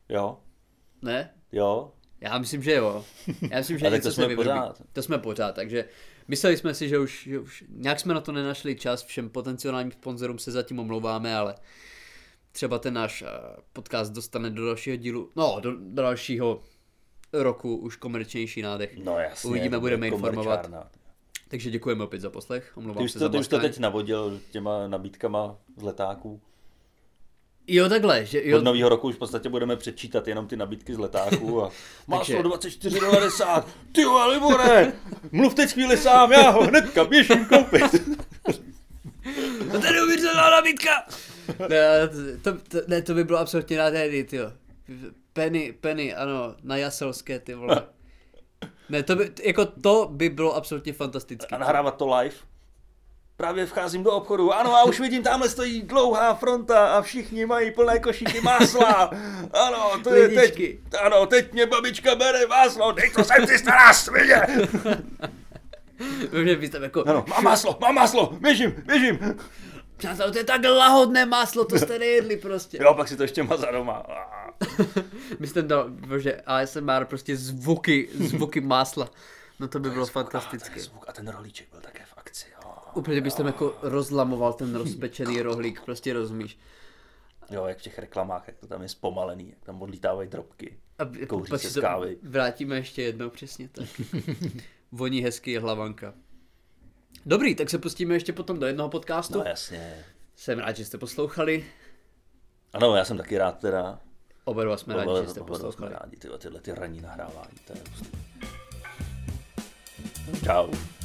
Speaker 1: Jo,
Speaker 2: Ne?
Speaker 1: jo,
Speaker 2: Já myslím, že jo. Já myslím, že
Speaker 1: *laughs* Ale
Speaker 2: něco
Speaker 1: to
Speaker 2: se
Speaker 1: jsme
Speaker 2: vyrobí.
Speaker 1: pořád.
Speaker 2: To jsme pořád, takže mysleli jsme si, že už, že už nějak jsme na to nenašli čas, všem potenciálním sponzorům se zatím omlouváme, ale třeba ten náš eh, podcast dostane do dalšího dílu, no do, do dalšího roku už komerčnější nádech.
Speaker 1: no jasně.
Speaker 2: Uvidíme, budeme
Speaker 1: jako
Speaker 2: informovat.
Speaker 1: mrčárna.
Speaker 2: Takže děkujeme opět za poslech,
Speaker 1: Ty
Speaker 2: omlouvám
Speaker 1: už
Speaker 2: se za
Speaker 1: to, ty už to
Speaker 2: boskání.
Speaker 1: teď navodil těma nabídkama z letáků.
Speaker 2: Jo takhle, že
Speaker 1: Od
Speaker 2: jo,
Speaker 1: nového roku už v podstatě budeme přečítat jenom ty nabídky z letáků
Speaker 2: *laughs*
Speaker 1: a
Speaker 2: Takže-
Speaker 1: máslo 24,90, ty jo, Libore, mluv teď chvíli sám, já ho hnedka běžím koupit.
Speaker 2: to je neuvěřitelná nabídka! ne, to, to, ne, to by bylo absolutně nádherný, ty jo. Penny, Penny, ano, na Jaselské, ty vole. Ne, to by, jako to by bylo absolutně fantastické.
Speaker 1: a nahrávat to live. Právě vcházím do obchodu, ano a už vidím, tamhle stojí dlouhá fronta a všichni mají plné košíky másla. Ano, to je teď,
Speaker 2: Lidičky.
Speaker 1: ano, teď mě babička bere máslo, dej to sem ty stará svině.
Speaker 2: Že byste jako,
Speaker 1: Ano, mám máslo, mám máslo, běžím, běžím.
Speaker 2: přátelé, to je tak lahodné máslo, to jste nejedli prostě.
Speaker 1: Jo, pak si to ještě mazá doma. A-
Speaker 2: My jste dal, bože, ASMR, prostě zvuky, zvuky másla. No to by bylo
Speaker 1: A ten
Speaker 2: fantastické.
Speaker 1: zvuk a ten rolíček byl také v akci, jo.
Speaker 2: Úplně bys tam jako rozlamoval ten rozpečený rohlík, prostě rozumíš.
Speaker 1: Jo, jak v těch reklamách, jak to tam je zpomalený, jak tam odlítávají drobky.
Speaker 2: A b- jako
Speaker 1: Kouří
Speaker 2: pak
Speaker 1: se
Speaker 2: si
Speaker 1: z
Speaker 2: to
Speaker 1: kávy.
Speaker 2: Vrátíme ještě jednou, přesně tak. *laughs* Voní hezky je hlavanka. Dobrý, tak se pustíme ještě potom do jednoho podcastu.
Speaker 1: No jasně.
Speaker 2: Jsem rád, že jste poslouchali.
Speaker 1: Ano, já jsem taky rád teda.
Speaker 2: Oba dva jsme rádi,
Speaker 1: Tohle-
Speaker 2: že jste
Speaker 1: tohle jsme
Speaker 2: poslouchali.
Speaker 1: Rádi, tyhle, tyhle ty ranní nahrávání, to je prostě... Čau.